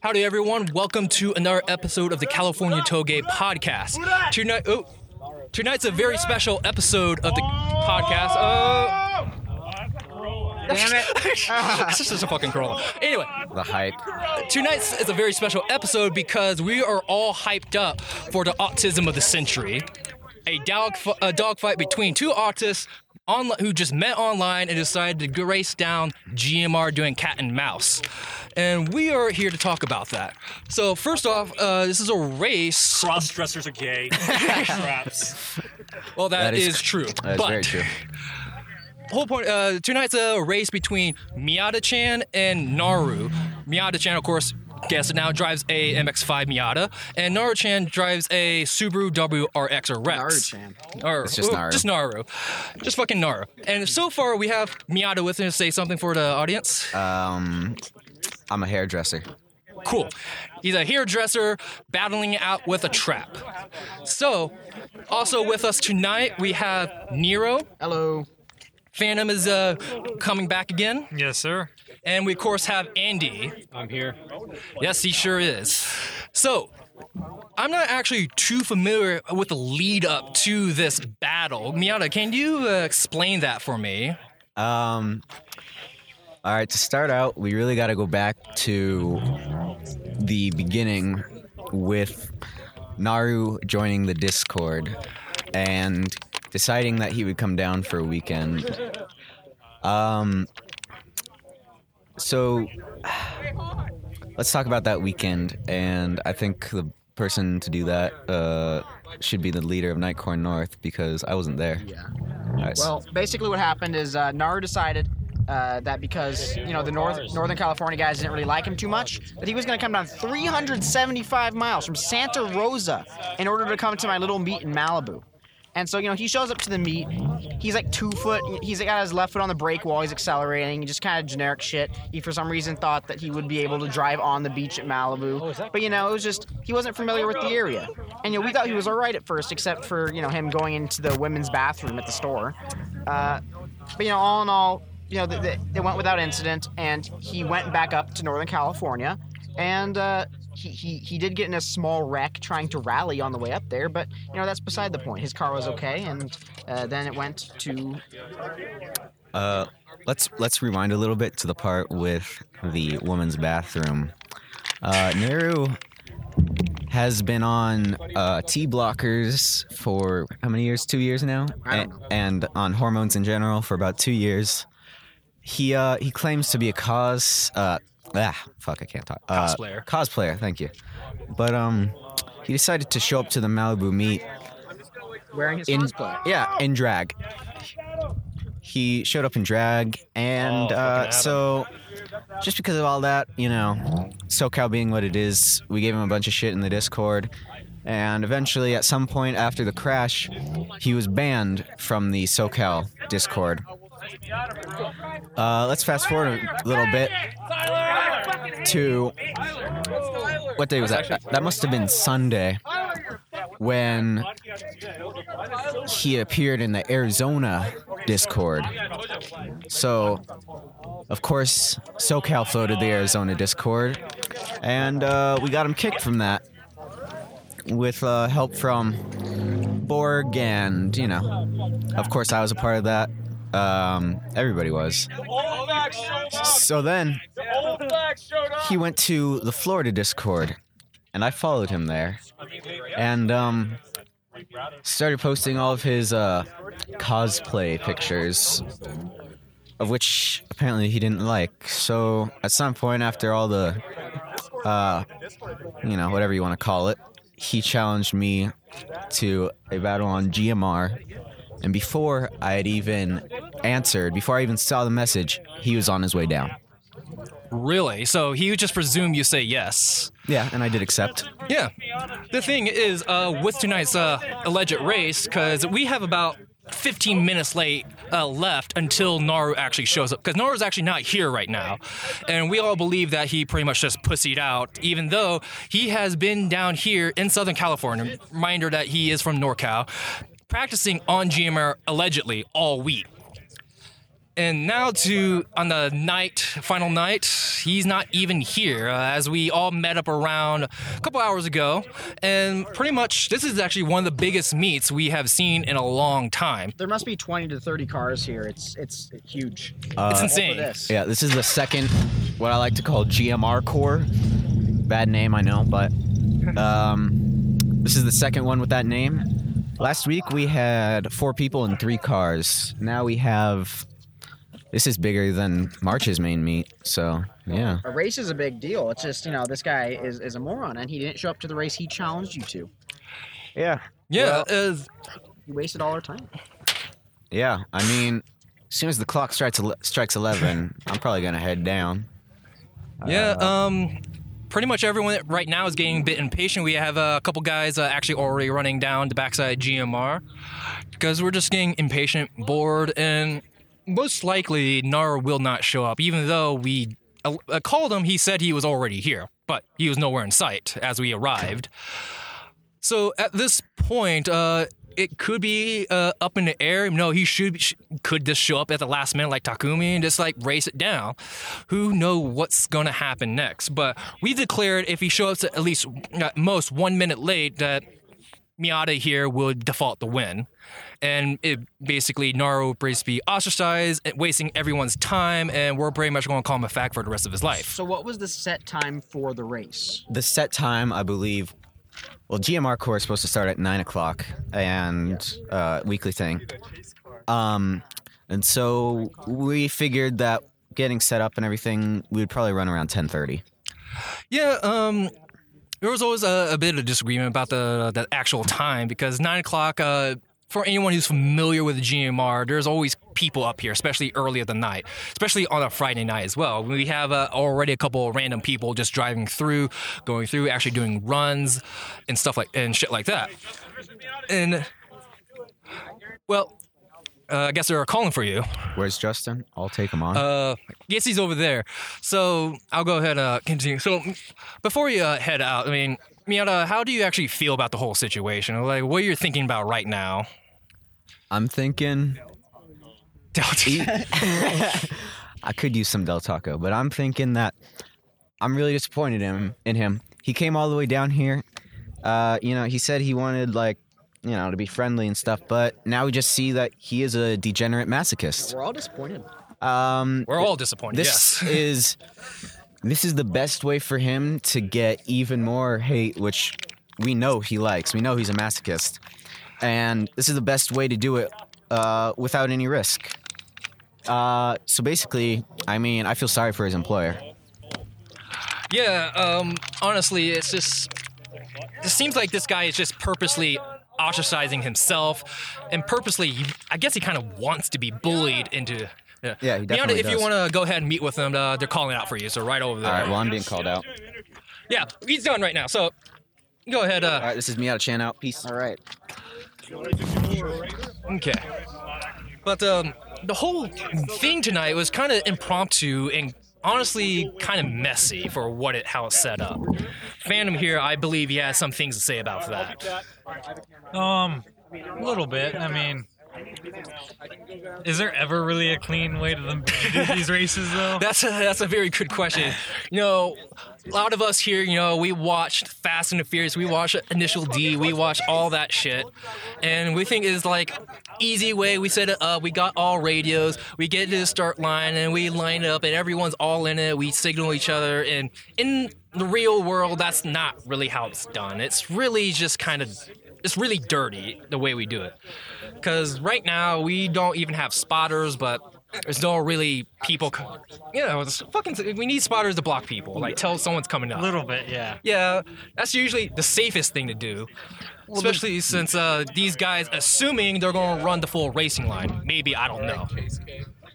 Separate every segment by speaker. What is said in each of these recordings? Speaker 1: Howdy, everyone. Welcome to another episode of the California Toge podcast. Tonight, oh, tonight's a very special episode of the podcast. Oh,
Speaker 2: Damn it.
Speaker 1: this is a fucking Corolla. Anyway,
Speaker 2: the hype.
Speaker 1: tonight's is a very special episode because we are all hyped up for the autism of the century. A dog, a dog fight between two autists on, who just met online and decided to race down GMR doing cat and mouse. And we are here to talk about that. So, first off, uh, this is a race.
Speaker 3: Cross dressers are gay. Traps.
Speaker 1: Well,
Speaker 2: That
Speaker 1: that
Speaker 2: is
Speaker 1: is, true.
Speaker 2: That's
Speaker 1: but
Speaker 2: very true.
Speaker 1: whole point uh, tonight's a race between Miata Chan and Naru. Miata Chan, of course, guess it now, drives a MX5 Miata, and Naru Chan drives a Subaru WRX or Rex.
Speaker 4: Naru-chan.
Speaker 1: Naru.
Speaker 2: It's just
Speaker 1: Ooh,
Speaker 2: Naru.
Speaker 1: Just Naru. Just fucking Naru. And so far, we have Miata with him to say something for the audience.
Speaker 2: Um, I'm a hairdresser.
Speaker 1: cool. He's a hairdresser battling it out with a trap. So, also with us tonight, we have Nero.
Speaker 4: Hello.
Speaker 1: Phantom is uh, coming back again.
Speaker 3: Yes, sir.
Speaker 1: And we, of course, have Andy.
Speaker 3: I'm here.
Speaker 1: Yes, he sure is. So, I'm not actually too familiar with the lead up to this battle. Miata, can you uh, explain that for me?
Speaker 2: Um, all right, to start out, we really got to go back to the beginning with Naru joining the Discord and deciding that he would come down for a weekend. Um, so let's talk about that weekend, and I think the person to do that uh, should be the leader of Nightcorn North because I wasn't there.
Speaker 4: Yeah.
Speaker 2: All right, so-
Speaker 4: Well, basically, what happened is uh, Naru decided uh, that because you know the North Northern California guys didn't really like him too much, that he was going to come down 375 miles from Santa Rosa in order to come to my little meet in Malibu. And so, you know, he shows up to the meet. He's like two foot. He's got his left foot on the brake wall. He's accelerating. Just kind of generic shit. He, for some reason, thought that he would be able to drive on the beach at Malibu. But, you know, it was just, he wasn't familiar with the area. And, you know, we thought he was all right at first, except for, you know, him going into the women's bathroom at the store. Uh, but, you know, all in all, you know, they, they, they went without incident. And he went back up to Northern California. And, uh, he, he, he did get in a small wreck trying to rally on the way up there, but you know that's beside the point. His car was okay, and uh, then it went to
Speaker 2: Uh, let's let's rewind a little bit to the part with the woman's bathroom. Uh, Neru has been on uh, T blockers for how many years? Two years now,
Speaker 4: I don't
Speaker 2: and, and on hormones in general for about two years. He uh, he claims to be a cos. Uh, ah, fuck, I can't talk. Uh,
Speaker 1: Cosplayer.
Speaker 2: Cosplayer, thank you. But um, he decided to show up to the Malibu meet
Speaker 4: wearing his
Speaker 2: in
Speaker 4: cosplay.
Speaker 2: yeah in drag he showed up in drag and
Speaker 3: Oh,
Speaker 2: uh,
Speaker 3: fucking
Speaker 2: so just because of all that you know socal being what it is we gave him a bunch of shit in the discord and eventually at some point after the crash he was banned from the socal discord uh, let's fast forward a little bit to what day was that that must have been sunday when he appeared in the Arizona Discord. So, of course, SoCal floated the Arizona Discord, and uh, we got him kicked from that with uh, help from Borg, and you know, of course, I was a part of that. Um, everybody was. So then, he went to the Florida Discord, and I followed him there, and um, started posting all of his uh, cosplay pictures, of which apparently he didn't like. So at some point, after all the, uh, you know, whatever you want to call it, he challenged me to a battle on GMR. And before I had even answered, before I even saw the message, he was on his way down.
Speaker 1: Really? So he would just presume you say yes.
Speaker 2: Yeah, and I did accept.
Speaker 1: Yeah. The thing is, uh, with tonight's uh, alleged race, because we have about 15 minutes late uh, left until Naru actually shows up, because Naru's actually not here right now, and we all believe that he pretty much just pussied out, even though he has been down here in Southern California. Reminder that he is from NorCal, practicing on GMR allegedly all week. And now to on the night, final night, he's not even here. Uh, as we all met up around a couple hours ago, and pretty much this is actually one of the biggest meets we have seen in a long time.
Speaker 4: There must be 20 to 30 cars here. It's it's huge.
Speaker 1: it's
Speaker 4: All for
Speaker 1: insane.
Speaker 4: this.
Speaker 2: Yeah, this is the second, what I like to call GMR core. Bad name, I know, but um, this is the second one with that name. Last week we had four people and three cars. Now we have. This is bigger than March's main meet, so yeah.
Speaker 4: A race is a big deal. It's just, you know, this guy is, is a moron and he didn't show up to the race he challenged you to.
Speaker 2: Yeah.
Speaker 1: Yeah, uh,
Speaker 4: You wasted all our time.
Speaker 2: Yeah, I mean, as soon as the clock strikes ele- strikes eleven, I'm probably gonna head down.
Speaker 1: Yeah, um, pretty much everyone right now is getting a bit impatient. We have uh, a couple guys uh, actually already running down the backside GMR because we're just getting impatient, bored, and most likely Nar will not show up. Even though we uh, uh, called him, he said he was already here, but he was nowhere in sight as we arrived. So at this point, uh, it could be uh, up in the air. No, he should sh- could just show up at the last minute like Takumi and just like race it down. Who know what's gonna happen next? But we declared if he shows up at least at most one minute late that Miata here would default the win. And it basically Naro would basically be ostracized, and wasting everyone's time, and we're pretty much gonna call him a fact for the rest of his life.
Speaker 4: So, what was the set time for the race?
Speaker 2: The set time, I believe. Well, GMR core is supposed to start at nine o'clock, and uh, weekly thing. Um, and so we figured that getting set up and everything, we would probably run around ten thirty.
Speaker 1: Yeah, um, there was always a, a bit of disagreement about the the actual time because nine o'clock. Uh, for anyone who's familiar with GMR, there's always people up here, especially early of the night, especially on a Friday night as well. We have uh, already a couple of random people just driving through, going through, actually doing runs and stuff like and shit like that. And well, uh, I guess they're calling for you.
Speaker 2: Where's Justin? I'll take him on.
Speaker 1: Uh, yes, he's over there. So I'll go ahead and uh, continue. So before you uh, head out, I mean, Miata, how do you actually feel about the whole situation? Like, what you're thinking about right now?
Speaker 2: I'm thinking
Speaker 1: yeah,
Speaker 2: I could use some Del Taco, but I'm thinking that I'm really disappointed in in him. He came all the way down here. Uh, you know, he said he wanted like, you know, to be friendly and stuff, but now we just see that he is a degenerate masochist.
Speaker 4: We're all disappointed.
Speaker 2: Um,
Speaker 1: we're all disappointed.
Speaker 2: this
Speaker 1: yes.
Speaker 2: is this is the best way for him to get even more hate, which we know he likes. We know he's a masochist, and this is the best way to do it uh, without any risk. Uh, so basically, I mean, I feel sorry for his employer.
Speaker 1: Yeah. Um. Honestly, it's just. It seems like this guy is just purposely ostracizing himself, and purposely. I guess he kind of wants to be bullied into. Yeah.
Speaker 2: Yeah, he definitely
Speaker 1: Miata, if you
Speaker 2: does.
Speaker 1: want to go ahead and meet with them, uh, they're calling out for you. So right over there.
Speaker 2: All right, well, I'm being called out.
Speaker 1: Yeah, he's done right now. So go ahead.
Speaker 2: All
Speaker 1: Uh,
Speaker 2: right, this is me out of Chan out. Peace.
Speaker 4: All right.
Speaker 1: okay. But um, the whole thing tonight was kind of impromptu and honestly kind of messy for what it how it's set up. Phantom here, I believe he has some things to say about that.
Speaker 3: Um, a little bit. I mean, is there ever really a clean way to, them, to do these races, though?
Speaker 1: That's a, that's a very good question. You know, a lot of us here, you know, we watched Fast and the Furious, we watched Initial D, we watched all that shit, and we think it's like easy way. We set it up, we got all radios, we get to the start line, and we line up, and everyone's all in it. We signal each other, and in the real world, that's not really how it's done. It's really just kind of. It's really dirty the way we do it. Because right now, we don't even have spotters, but there's no really people. Co- you know, it's fucking. We need spotters to block people. Like, tell someone's coming
Speaker 3: A
Speaker 1: up.
Speaker 3: little bit, yeah.
Speaker 1: Yeah, that's usually the safest thing to do. Especially since uh, these guys, assuming they're going to run the full racing line. Maybe, I don't know.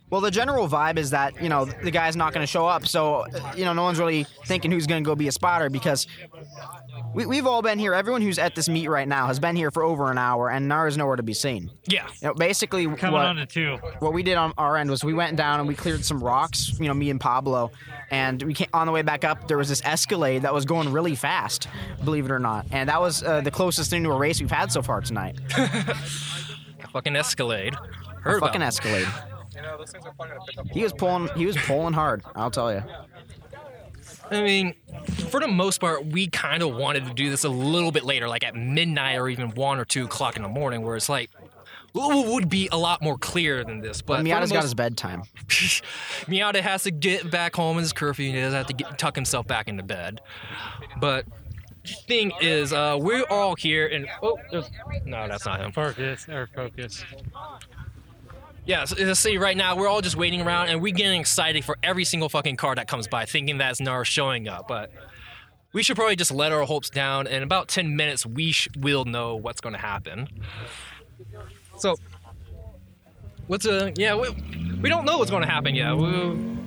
Speaker 4: Well, the general vibe is that you know the guy's not going to show up, so uh, you know no one's really thinking who's going to go be a spotter because we, we've all been here. Everyone who's at this meet right now has been here for over an hour, and Nar is nowhere to be seen.
Speaker 1: Yeah.
Speaker 4: You know, basically,
Speaker 3: Coming
Speaker 4: what,
Speaker 3: on to two.
Speaker 4: what we did on our end was we went down and we cleared some rocks, you know, me and Pablo, and we came, on the way back up there was this Escalade that was going really fast, believe it or not, and that was uh, the closest thing to a race we've had so far tonight.
Speaker 1: Fucking Escalade. Heard about
Speaker 4: Fucking
Speaker 1: it.
Speaker 4: Escalade. He was pulling. He was pulling hard. I'll tell you.
Speaker 1: I mean, for the most part, we kind of wanted to do this a little bit later, like at midnight or even one or two o'clock in the morning, where it's like w- w- would be a lot more clear than this. But for the
Speaker 4: Miata's got
Speaker 1: most-
Speaker 4: his bedtime.
Speaker 1: Miata has to get back home in his curfew. and He does have to get, tuck himself back into bed. But thing is, uh, we're all here, and oh, there's, no, that's not him.
Speaker 3: Focus or focus.
Speaker 1: Yeah, so, so see, right now we're all just waiting around, and we're getting excited for every single fucking car that comes by, thinking that's Nara showing up. But we should probably just let our hopes down. and In about ten minutes, we sh- will know what's going to happen. So, what's a yeah? We, we don't know what's going to happen yet. We,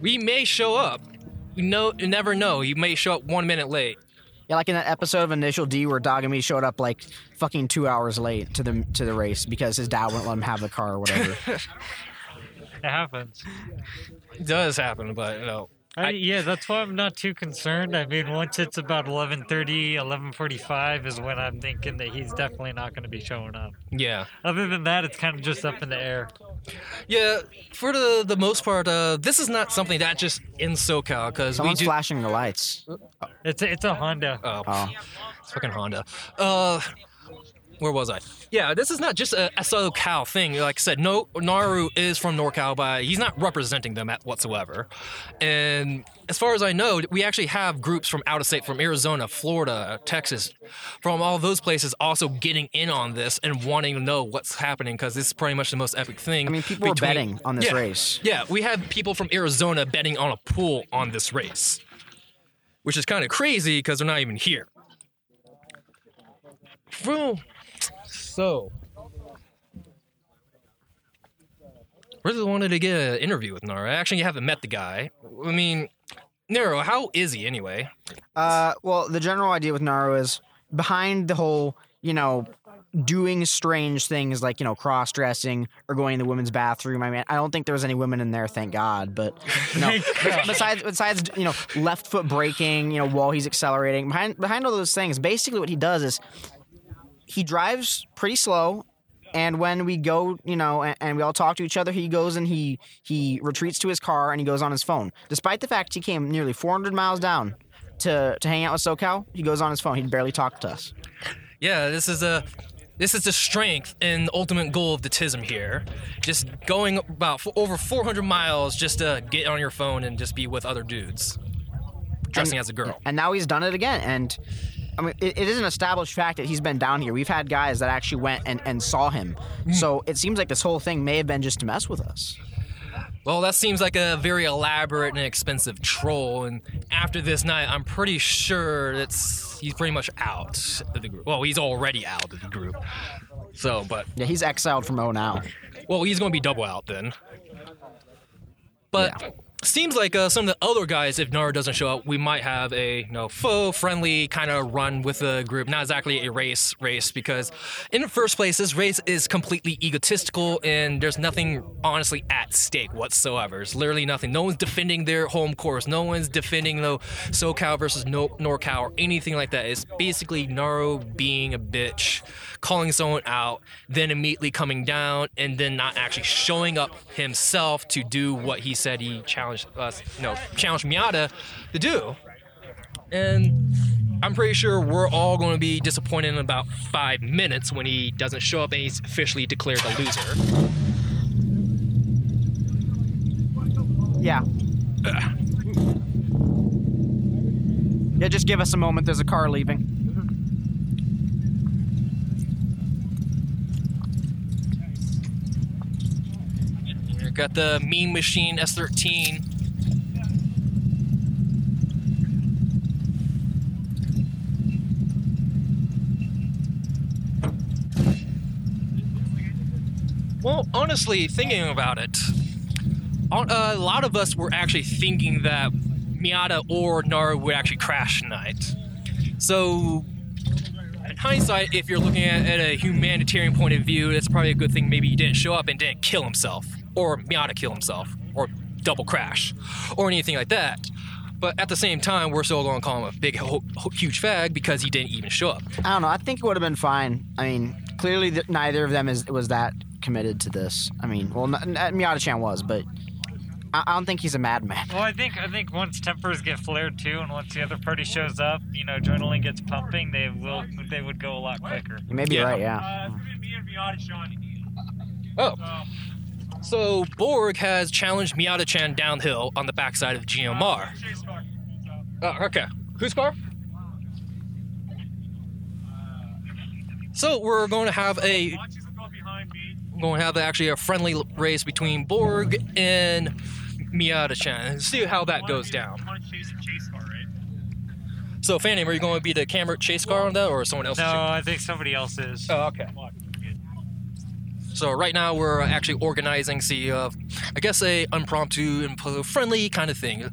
Speaker 1: we may show up. You know, you never know. You may show up one minute late.
Speaker 4: Yeah, like in that episode of Initial D where Dogami showed up like fucking two hours late to the to the race because his dad wouldn't let him have the car or whatever.
Speaker 3: It happens.
Speaker 1: It does happen, but you know.
Speaker 3: I, yeah, that's why I'm not too concerned. I mean, once it's about 11:30, 11:45 is when I'm thinking that he's definitely not going to be showing up.
Speaker 1: Yeah.
Speaker 3: Other than that, it's kind of just up in the air.
Speaker 1: Yeah, for the the most part, uh, this is not something that just in SoCal because we
Speaker 4: Someone's
Speaker 1: do.
Speaker 4: flashing the lights.
Speaker 3: It's a, it's a Honda.
Speaker 1: oh,
Speaker 4: Oh,
Speaker 1: it's fucking Honda. Uh, where was I? Yeah, this is not just a, a SoCal thing. Like I said, no, Naru is from NorCal, but he's not representing them at whatsoever. And as far as I know, we actually have groups from out of state, from Arizona, Florida, Texas, from all those places, also getting in on this and wanting to know what's happening because this is pretty much the most epic thing.
Speaker 4: I mean, people were betting on this
Speaker 1: Yeah.
Speaker 4: race.
Speaker 1: Yeah, we have people from Arizona betting on a pool on this race, which is kind of crazy because they're not even here. Bro, so really wanted to get an interview with Nara. I actually haven't met the guy. I mean, Nero, how is he anyway?
Speaker 4: Uh, well, the general idea with Naru is behind the whole, you know, doing strange things like you know cross dressing or going to the women's bathroom. I mean, I don't think there was any women in there, thank God. But you know, besides besides you know left foot braking, you know, while he's accelerating behind behind all those things, basically what he does is he drives pretty slow. And when we go, you know, and, and we all talk to each other, he goes and he he retreats to his car and he goes on his phone. Despite the fact he came nearly 400 miles down to to hang out with SoCal, he goes on his phone. He barely talked to us.
Speaker 1: Yeah, this is a this is the strength and ultimate goal of the TISM here. Just going about f- over 400 miles just to get on your phone and just be with other dudes, dressing as a girl.
Speaker 4: And now he's done it again. And I mean, it, it is an established fact that he's been down here. We've had guys that actually went and, and saw him.
Speaker 1: Mm.
Speaker 4: So it seems like this whole thing may have been just to mess with us.
Speaker 1: Well, that seems like a very elaborate and expensive troll. And after this night, I'm pretty sure that's he's pretty much out of the group. Well, he's already out of the group. So, but
Speaker 4: Yeah, he's exiled from O now.
Speaker 1: Well, he's going to be double out then. But
Speaker 4: Yeah.
Speaker 1: seems like uh, some of the other guys, if Nara doesn't show up, we might have a you know, faux friendly kind of run with the group. Not exactly a race race because, in the first place, this race is completely egotistical and there's nothing honestly at stake whatsoever. There's literally nothing. No one's defending their home course. No one's defending the SoCal versus no- NorCal or anything like that. It's basically Naro being a bitch, calling someone out, then immediately coming down, and then not actually showing up himself to do what he said he challenged us, no, challenged Miata to do. And I'm pretty sure we're all going to be disappointed in about five minutes when he doesn't show up and he's officially declared a loser.
Speaker 4: Yeah. Yeah, just give us a moment. There's a car leaving.
Speaker 1: We got the Mean Machine S13. Well, honestly, thinking about it, on- uh, a lot of us were actually thinking that Miata or Nara would actually crash tonight. So, in hindsight, if you're looking at, at a humanitarian point of view, that's probably a good thing. Maybe he didn't show up and didn't kill himself, or Miata kill himself, or double crash, or anything like that. But at the same time, we're still going to call him a big, ho- ho- huge fag because he didn't even show up.
Speaker 4: I don't know. I think it would have been fine. I mean, clearly th- neither of them is was that committed to this. I mean, well, not, not, Miata-chan was, but I, I don't think he's a madman.
Speaker 3: Well, I think I think once tempers get flared too, and once the other party shows up, you know, adrenaline gets pumping. They will they would go a lot quicker.
Speaker 4: You may be
Speaker 1: Yeah.
Speaker 4: right, yeah.
Speaker 5: Uh, it's gonna be me and Miata, Sean.
Speaker 1: Oh,
Speaker 5: Um,
Speaker 1: so Borg has challenged Miata-chan downhill on the backside of GMR.
Speaker 5: Chase Mark. So,
Speaker 1: Oh, okay. Whose car? So we're going to have a
Speaker 5: Monchies will go behind me.
Speaker 1: going to have actually a friendly race between Borg and Miata-chan. See how that goes down.
Speaker 5: Want to chase a chase car, right?
Speaker 1: So, Fanny, are you going to be the camera chase car on that, or someone else?
Speaker 3: No, I think somebody else is.
Speaker 1: Oh, okay. So right now we're actually organizing the, uh, I guess a impromptu and friendly kind of thing,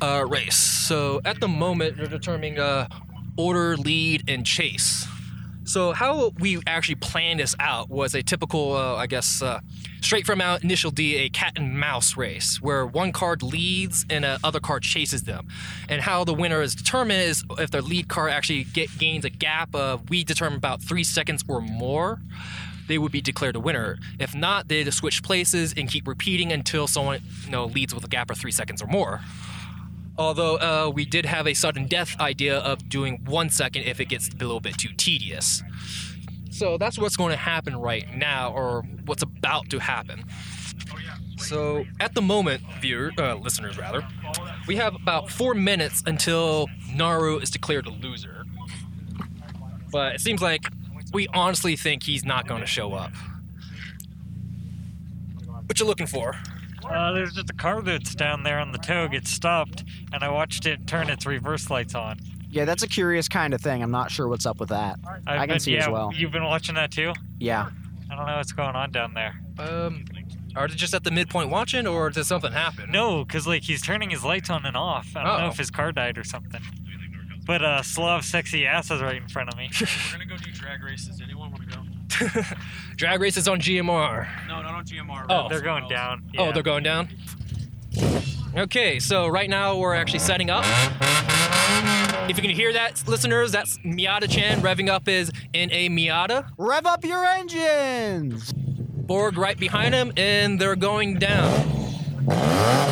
Speaker 1: uh, race. So at the moment we're determining uh, order, lead, and chase. So how we actually planned this out was a typical, uh, I guess, uh, straight from out initial D, a cat and mouse race where one card leads and a other card chases them. And how the winner is determined is if their lead card actually get, gains a gap of we determine about three seconds or more, they would be declared a winner. If not, they just switch places and keep repeating until someone you know leads with a gap of three seconds or more. Although uh, we did have a sudden death idea of doing one second if it gets a little bit too tedious. So that's what's going to happen right now, or what's about to happen. So at the moment, viewer, uh, listeners rather, we have about four minutes until Naru is declared a loser. But it seems like we honestly think he's not going to show up. What you looking for?
Speaker 3: Uh, there's just a car that's down there on the tow gets stopped, and I watched it turn its reverse lights on.
Speaker 4: Yeah, that's a curious kind of thing. I'm not sure what's up with that.
Speaker 3: I've
Speaker 4: I can
Speaker 3: been-
Speaker 4: see
Speaker 3: yeah,
Speaker 4: as well.
Speaker 3: You've been watching that too.
Speaker 4: Yeah.
Speaker 3: I don't know what's going on down there.
Speaker 1: Um, are they just at the midpoint watching, or did something happen?
Speaker 3: No, because like he's turning his lights on and off. I don't know
Speaker 1: Oh.
Speaker 3: if his car died or something. But uh, Slav sexy ass is right in front of me.
Speaker 5: We're gonna go do drag races. Anyone want to go?
Speaker 1: Drag races on GMR.
Speaker 5: No, not on GMR.
Speaker 1: Oh.
Speaker 3: They're going down.
Speaker 1: Oh, they're going down. Okay, so right now we're actually setting up. If you can hear that, listeners, that's Miata Chan revving up his NA Miata.
Speaker 4: Rev up your engines!
Speaker 1: Borg right behind him, and they're going down.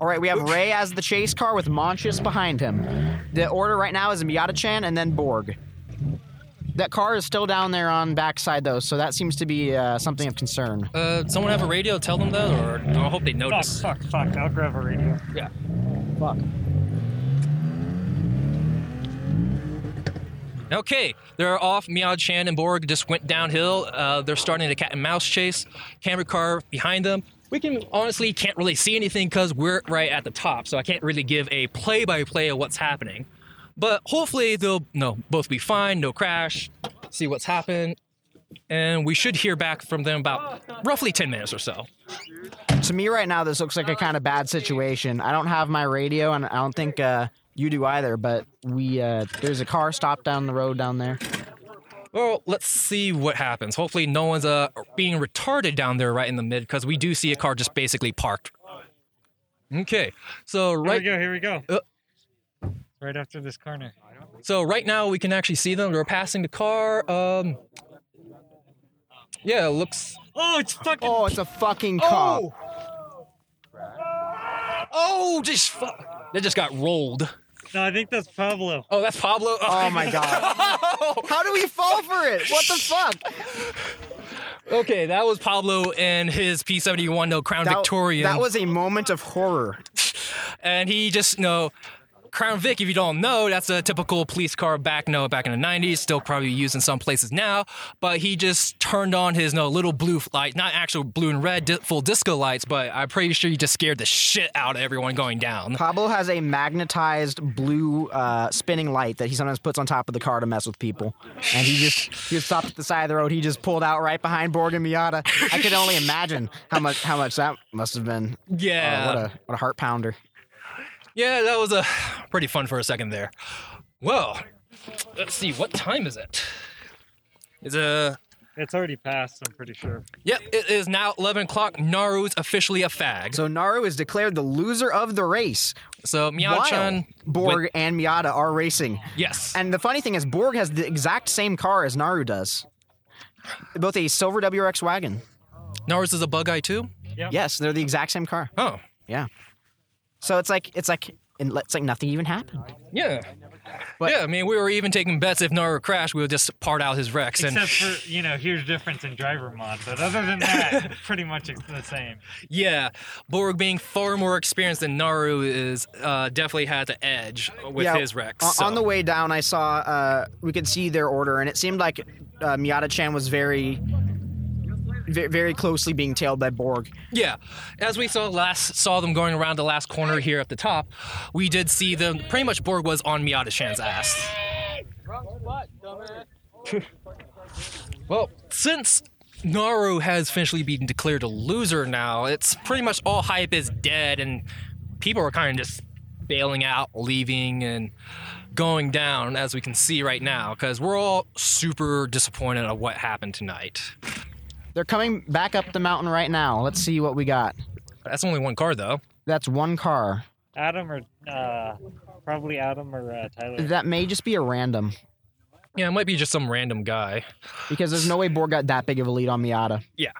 Speaker 4: All right, we have Ray as the chase car with Montius behind him. The order right now is Miata-chan and then Borg. That car is still down there on backside though, so that seems to be uh, something of concern.
Speaker 1: Uh, someone have a radio? Tell them that, or I hope they
Speaker 3: Fuck,
Speaker 1: notice.
Speaker 3: fuck, fuck. I'll grab a radio.
Speaker 1: Yeah.
Speaker 4: Fuck.
Speaker 1: Okay, they're off. Miao Chan and Borg just went downhill. Uh, they're starting a cat and mouse chase. Camera car behind them. We can honestly can't really see anything because we're right at the top, so I can't really give a play-by-play of what's happening. But hopefully they'll no both be fine, no crash. See what's happened, and we should hear back from them about roughly ten minutes or so.
Speaker 4: To me right now, this looks like a kind of bad situation. I don't have my radio, and I don't think uh, you do either. But we uh, there's a car stopped down the road down there.
Speaker 1: Well, let's see what happens. Hopefully, no one's uh, being retarded down there right in the mid because we do see a car just basically parked. Okay, so
Speaker 3: Here
Speaker 1: right,
Speaker 3: we go. Here we go.
Speaker 1: Uh.
Speaker 3: Right after this corner.
Speaker 1: so right now we can actually see them. They're passing the car. Um, yeah, it looks.
Speaker 3: Oh, it's fucking.
Speaker 4: Oh, it's a fucking cop.
Speaker 1: oh, just fu- they just got rolled.
Speaker 3: No, I think that's Pablo.
Speaker 1: Oh, that's Pablo.
Speaker 4: Oh my god! How do we fall for it? What the fuck?
Speaker 1: okay, that was Pablo and his P seventy one no Crown
Speaker 4: That-
Speaker 1: Victorian.
Speaker 4: That was a moment of horror.
Speaker 1: and he just you know Crown Vic. If you don't know, that's a typical police car back no back in the '90s. Still probably used in some places now, but he just turned on his no little blue light, not actual blue and red di- full disco lights, but I'm pretty sure he just scared the shit out of everyone going down.
Speaker 4: Pablo has a magnetized blue uh, spinning light that he sometimes puts on top of the car to mess with people. And he just he just stopped at the side of the road. He just pulled out right behind Borg and Miata. I could only imagine how much how much that must have been.
Speaker 1: Yeah,
Speaker 4: Oh, what a what a heart pounder.
Speaker 1: yeah, that was a pretty fun for a second there. Well, let's see, what time is it? It's a
Speaker 6: It's already passed, I'm pretty sure.
Speaker 1: Yep, it is now 11 o'clock. Naru's officially a fag. So,
Speaker 4: So Naru is declared the loser of the race.
Speaker 1: Miyao-chan,
Speaker 4: While Borg and Miata are racing.
Speaker 1: yes,
Speaker 4: And the funny thing is, Borg has the exact same car as Naru does. Both a silver WRX wagon.
Speaker 1: Naru's is a bug eye too.
Speaker 4: Yes, they're the exact same car.
Speaker 1: Oh,
Speaker 4: Yeah. So it's like it's like it's like nothing even happened.
Speaker 1: yeah.
Speaker 4: But-
Speaker 1: yeah, I mean, we were even taking bets if Naru crashed, we would just part out his wrecks. And
Speaker 3: Except for you know, huge difference in driver mod, but other than that, pretty much it's the same.
Speaker 1: yeah, Borg being far more experienced than Naru is uh, definitely had the edge with
Speaker 4: Yeah,
Speaker 1: his wrecks.
Speaker 4: o-
Speaker 1: so.
Speaker 4: On the way down, I saw uh, we could see their order, and it seemed like uh, Miata Chan was very, ve- very closely being tailed by Borg.
Speaker 1: Yeah, as we saw last saw them going around the last corner here at the top, we did see them. Pretty much Borg was on Miata Shan's ass. well, since Naru has officially been declared a loser now, it's pretty much all hype is dead, and people are kind of just bailing out, leaving, and going down as we can see right now because we're all super disappointed of what happened tonight.
Speaker 4: They're coming back up the mountain right now. Let's see what we got.
Speaker 1: That's only one car though.
Speaker 4: That's one car.
Speaker 6: Adam or uh, probably Adam or uh, Tyler.
Speaker 4: That may just be a random
Speaker 1: Yeah, it might be just some random guy.
Speaker 4: because there's no way Borg got that big of a lead on Miata.
Speaker 1: Yeah.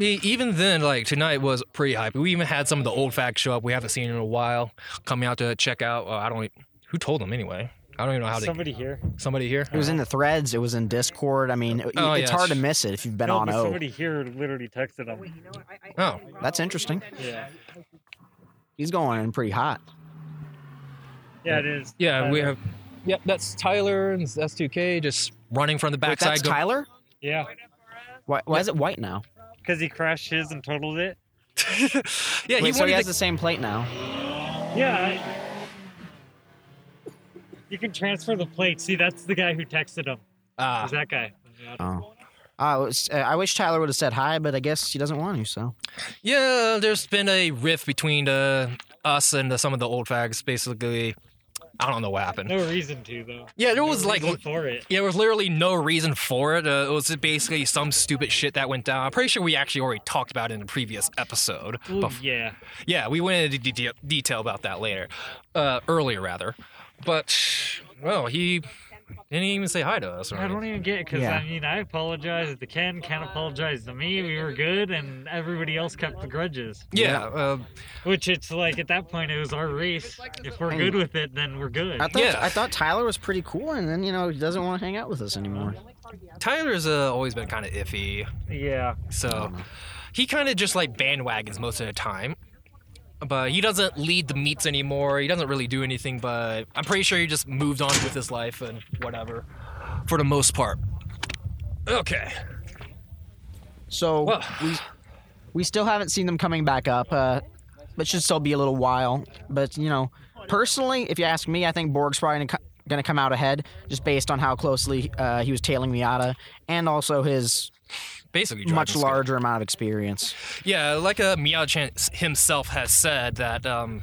Speaker 1: E- Even then, like tonight was pretty hype. We even had some of the old facts show up. We haven't seen in a while coming out to check out. Uh, I don't. e- Who told them anyway? I don't even know how to.
Speaker 6: Somebody here.
Speaker 1: Somebody here.
Speaker 4: It was in the threads. It was in Discord. I mean, it-
Speaker 1: Oh,
Speaker 4: it's
Speaker 1: yeah.
Speaker 4: hard to miss it if you've been
Speaker 6: No,
Speaker 4: on
Speaker 6: but
Speaker 4: O.
Speaker 6: somebody here literally texted him.
Speaker 1: Oh,
Speaker 4: That's interesting.
Speaker 6: Yeah.
Speaker 4: He's going in pretty hot.
Speaker 6: Yeah, it is.
Speaker 1: yeah. We
Speaker 6: Tyler.
Speaker 1: have. Yep, that's Tyler and S2K just running from the
Speaker 4: Wait,
Speaker 1: backside.
Speaker 4: that's
Speaker 1: go-
Speaker 4: Tyler.
Speaker 6: Yeah,
Speaker 4: Why, why is it white now?
Speaker 6: because he crashed his and totaled it.
Speaker 1: yeah,
Speaker 4: Wait,
Speaker 1: he
Speaker 4: so he
Speaker 1: wanted
Speaker 4: has
Speaker 1: to.
Speaker 4: the same plate now.
Speaker 6: Yeah. I- You can transfer the plate. See, that's the guy who texted him. It
Speaker 1: Ah,
Speaker 6: was that guy?
Speaker 4: Oh. I, was, uh, I wish Tyler would have said hi, but I guess he doesn't want to, so.
Speaker 1: yeah, there's been a rift between uh, us and uh some of the old fags. Basically, I don't know what happened.
Speaker 6: No reason to though.
Speaker 1: Yeah, there
Speaker 6: No
Speaker 1: was like
Speaker 6: reason for it.
Speaker 1: Yeah, there was literally no reason for it. Uh, it was basically some stupid shit that went down. I'm pretty sure we actually already talked about it in the previous episode.
Speaker 6: Ooh,
Speaker 1: Bef-
Speaker 6: yeah.
Speaker 1: yeah, we went into de- de- detail about that later, uh, earlier rather. But well, he didn't even say hi to us. Or
Speaker 6: I don't
Speaker 1: anything.
Speaker 6: even get it because
Speaker 4: Yeah.
Speaker 6: I mean I apologized to Ken, Ken apologized to me. We were good, and everybody else kept the grudges.
Speaker 1: Yeah, uh,
Speaker 6: Which it's like at that point it was our race. If we're good with it, then we're good.
Speaker 4: I thought,
Speaker 1: Yeah.
Speaker 4: I thought Tyler was pretty cool, and then, you know, he doesn't want to hang out with us anymore.
Speaker 1: Tyler's uh, always been kind of iffy,
Speaker 6: Yeah.
Speaker 1: so he kind of just like bandwagons most of the time. But he doesn't lead the meets anymore. He doesn't really do anything. But I'm pretty sure he just moved on with his life and whatever, for the most part. Okay.
Speaker 4: So
Speaker 1: Well.
Speaker 4: we, we still haven't seen them coming back up, uh, but should still be a little while. But, you know, personally, if you ask me, I think Borg's probably going to come out ahead just based on how closely uh, he was tailing Miata and also his
Speaker 1: Basically, driving
Speaker 4: much
Speaker 1: skill.
Speaker 4: larger amount of experience.
Speaker 1: Yeah, like uh, Miao Chen himself has said that um,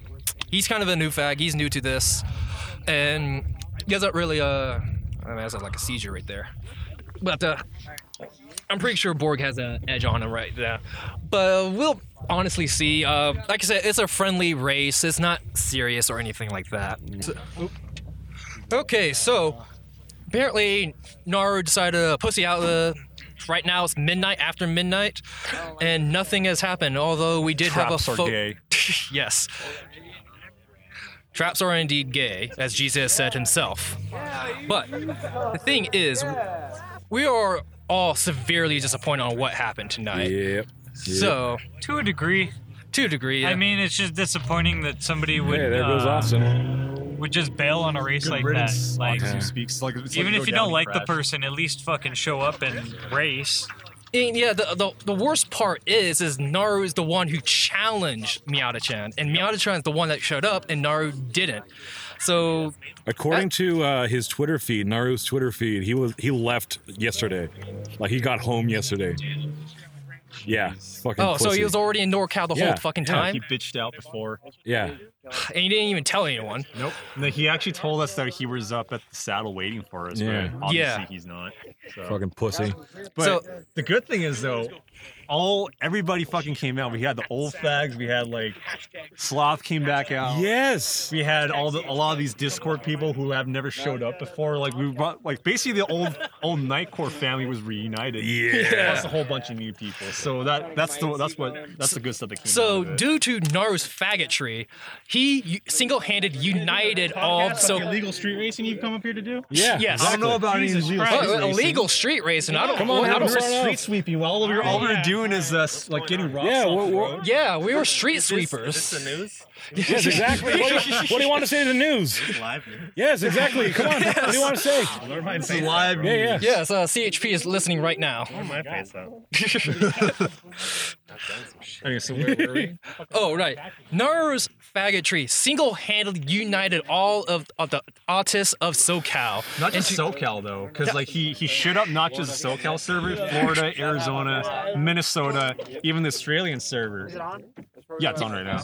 Speaker 1: he's kind of a new fag. He's new to this, and he doesn't really. Uh, I mean, that's like a seizure right there. But uh, I'm pretty sure Borg has an edge on him right there. But we'll honestly see. Uh, like I said, it's a friendly race. It's not serious or anything like that. So- oop. okay, so apparently Naru decided to pussy out the. Right now it's midnight after midnight, and nothing has happened. Although we did
Speaker 7: Traps
Speaker 1: have a
Speaker 7: are
Speaker 1: pho-
Speaker 7: gay.
Speaker 1: yes. Traps are indeed gay, as Jesus said himself. But the thing is, we are all severely disappointed on what happened tonight.
Speaker 7: Yep.
Speaker 1: So,
Speaker 3: To a degree.
Speaker 1: two degree.
Speaker 3: I mean, it's just disappointing that somebody would
Speaker 7: Hey, there goes
Speaker 3: uh,
Speaker 7: Austin.
Speaker 3: would just bail on a race like that. Like, even if you don't like the person, at least fucking show up and race.
Speaker 1: And yeah, the, the the worst part is is Naru is the one who challenged Miata-chan, and Miata-chan is the one that showed up, and Naru didn't. So
Speaker 7: According to uh, his Twitter feed, Naru's Twitter feed, he was he left yesterday. Like he got home yesterday. Yeah. Fucking
Speaker 1: Oh, so
Speaker 7: pussy.
Speaker 1: he was already in NorCal the
Speaker 7: Yeah,
Speaker 1: whole fucking
Speaker 7: yeah,
Speaker 1: time,
Speaker 8: He bitched out before.
Speaker 7: Yeah.
Speaker 1: and he didn't even tell anyone.
Speaker 8: Nope. No, he actually told us that he was up at the saddle waiting for us.
Speaker 7: Yeah.
Speaker 8: But obviously
Speaker 1: Yeah.
Speaker 8: he's not. So.
Speaker 7: Fucking pussy.
Speaker 8: But the good thing is though, all everybody fucking came out. We had the old fags. We had like sloth came back out.
Speaker 7: Yes.
Speaker 8: We had all the, a lot of these Discord people who have never showed up before. Like we brought, like basically the old old Nightcore family was reunited.
Speaker 7: Yeah.
Speaker 8: Plus a whole bunch of new people. So that that's the that's what that's the good stuff that came.
Speaker 1: So,
Speaker 8: out of it.
Speaker 1: due to Naru's faggotry, he u- single-handed united all so
Speaker 8: illegal street racing you've come up here to do?
Speaker 7: Yeah.
Speaker 1: Yes.
Speaker 8: I don't know about any
Speaker 6: Jesus
Speaker 8: illegal
Speaker 6: Christ.
Speaker 8: street
Speaker 1: Oh,
Speaker 8: racing.
Speaker 1: illegal street racing. I don't.
Speaker 7: Come on,
Speaker 1: I
Speaker 7: Naru,
Speaker 1: don't-
Speaker 8: We're
Speaker 7: Start
Speaker 8: street
Speaker 7: off.
Speaker 8: sweeping. Well, all we're all we're
Speaker 6: Yeah.
Speaker 8: doing is uh, s- like getting rocks
Speaker 7: Yeah,
Speaker 8: off
Speaker 7: what-
Speaker 8: the
Speaker 7: what-
Speaker 8: road.
Speaker 1: Yeah, we were street sweepers.
Speaker 9: news?
Speaker 7: Yes, exactly. What do, you, what do you want to say to the news?
Speaker 9: Live news.
Speaker 7: Yes, exactly. Come on. What do you want to say?
Speaker 8: It's live.
Speaker 7: Yeah, yeah.
Speaker 1: Yes, uh, CHP is listening right now.
Speaker 9: Put my face out.
Speaker 8: Okay, so where were we?
Speaker 1: Oh, right. Naru's faggotry single-handedly united all of, of the autists of SoCal.
Speaker 8: Not just SoCal though, because like he he shit up not just the SoCal server, Florida, Arizona, Minnesota, even the Australian server.
Speaker 4: Is it on?
Speaker 8: Yeah, it's on right now.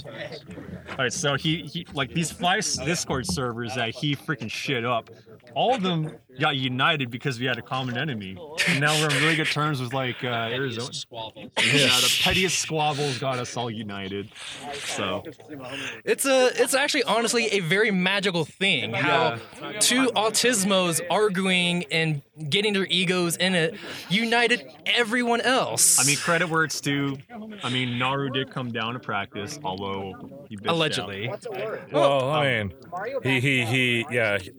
Speaker 8: All right, so he, he like these five Discord servers that he freaking shit up. All of them got united because we had a common enemy. And now we're on really good terms with like uh, Arizona. Yeah, the pettiest squabbles got us all united. So
Speaker 1: It's a. It's actually honestly a very magical thing how two autismos arguing and getting their egos in it united everyone else.
Speaker 8: I mean, credit where it's due. I mean, Naru did come down to practice, although he bitched out.
Speaker 1: allegedly.
Speaker 7: Well, I mean,
Speaker 4: Mario
Speaker 7: he
Speaker 4: backed
Speaker 7: he
Speaker 4: out.
Speaker 7: he yeah, he-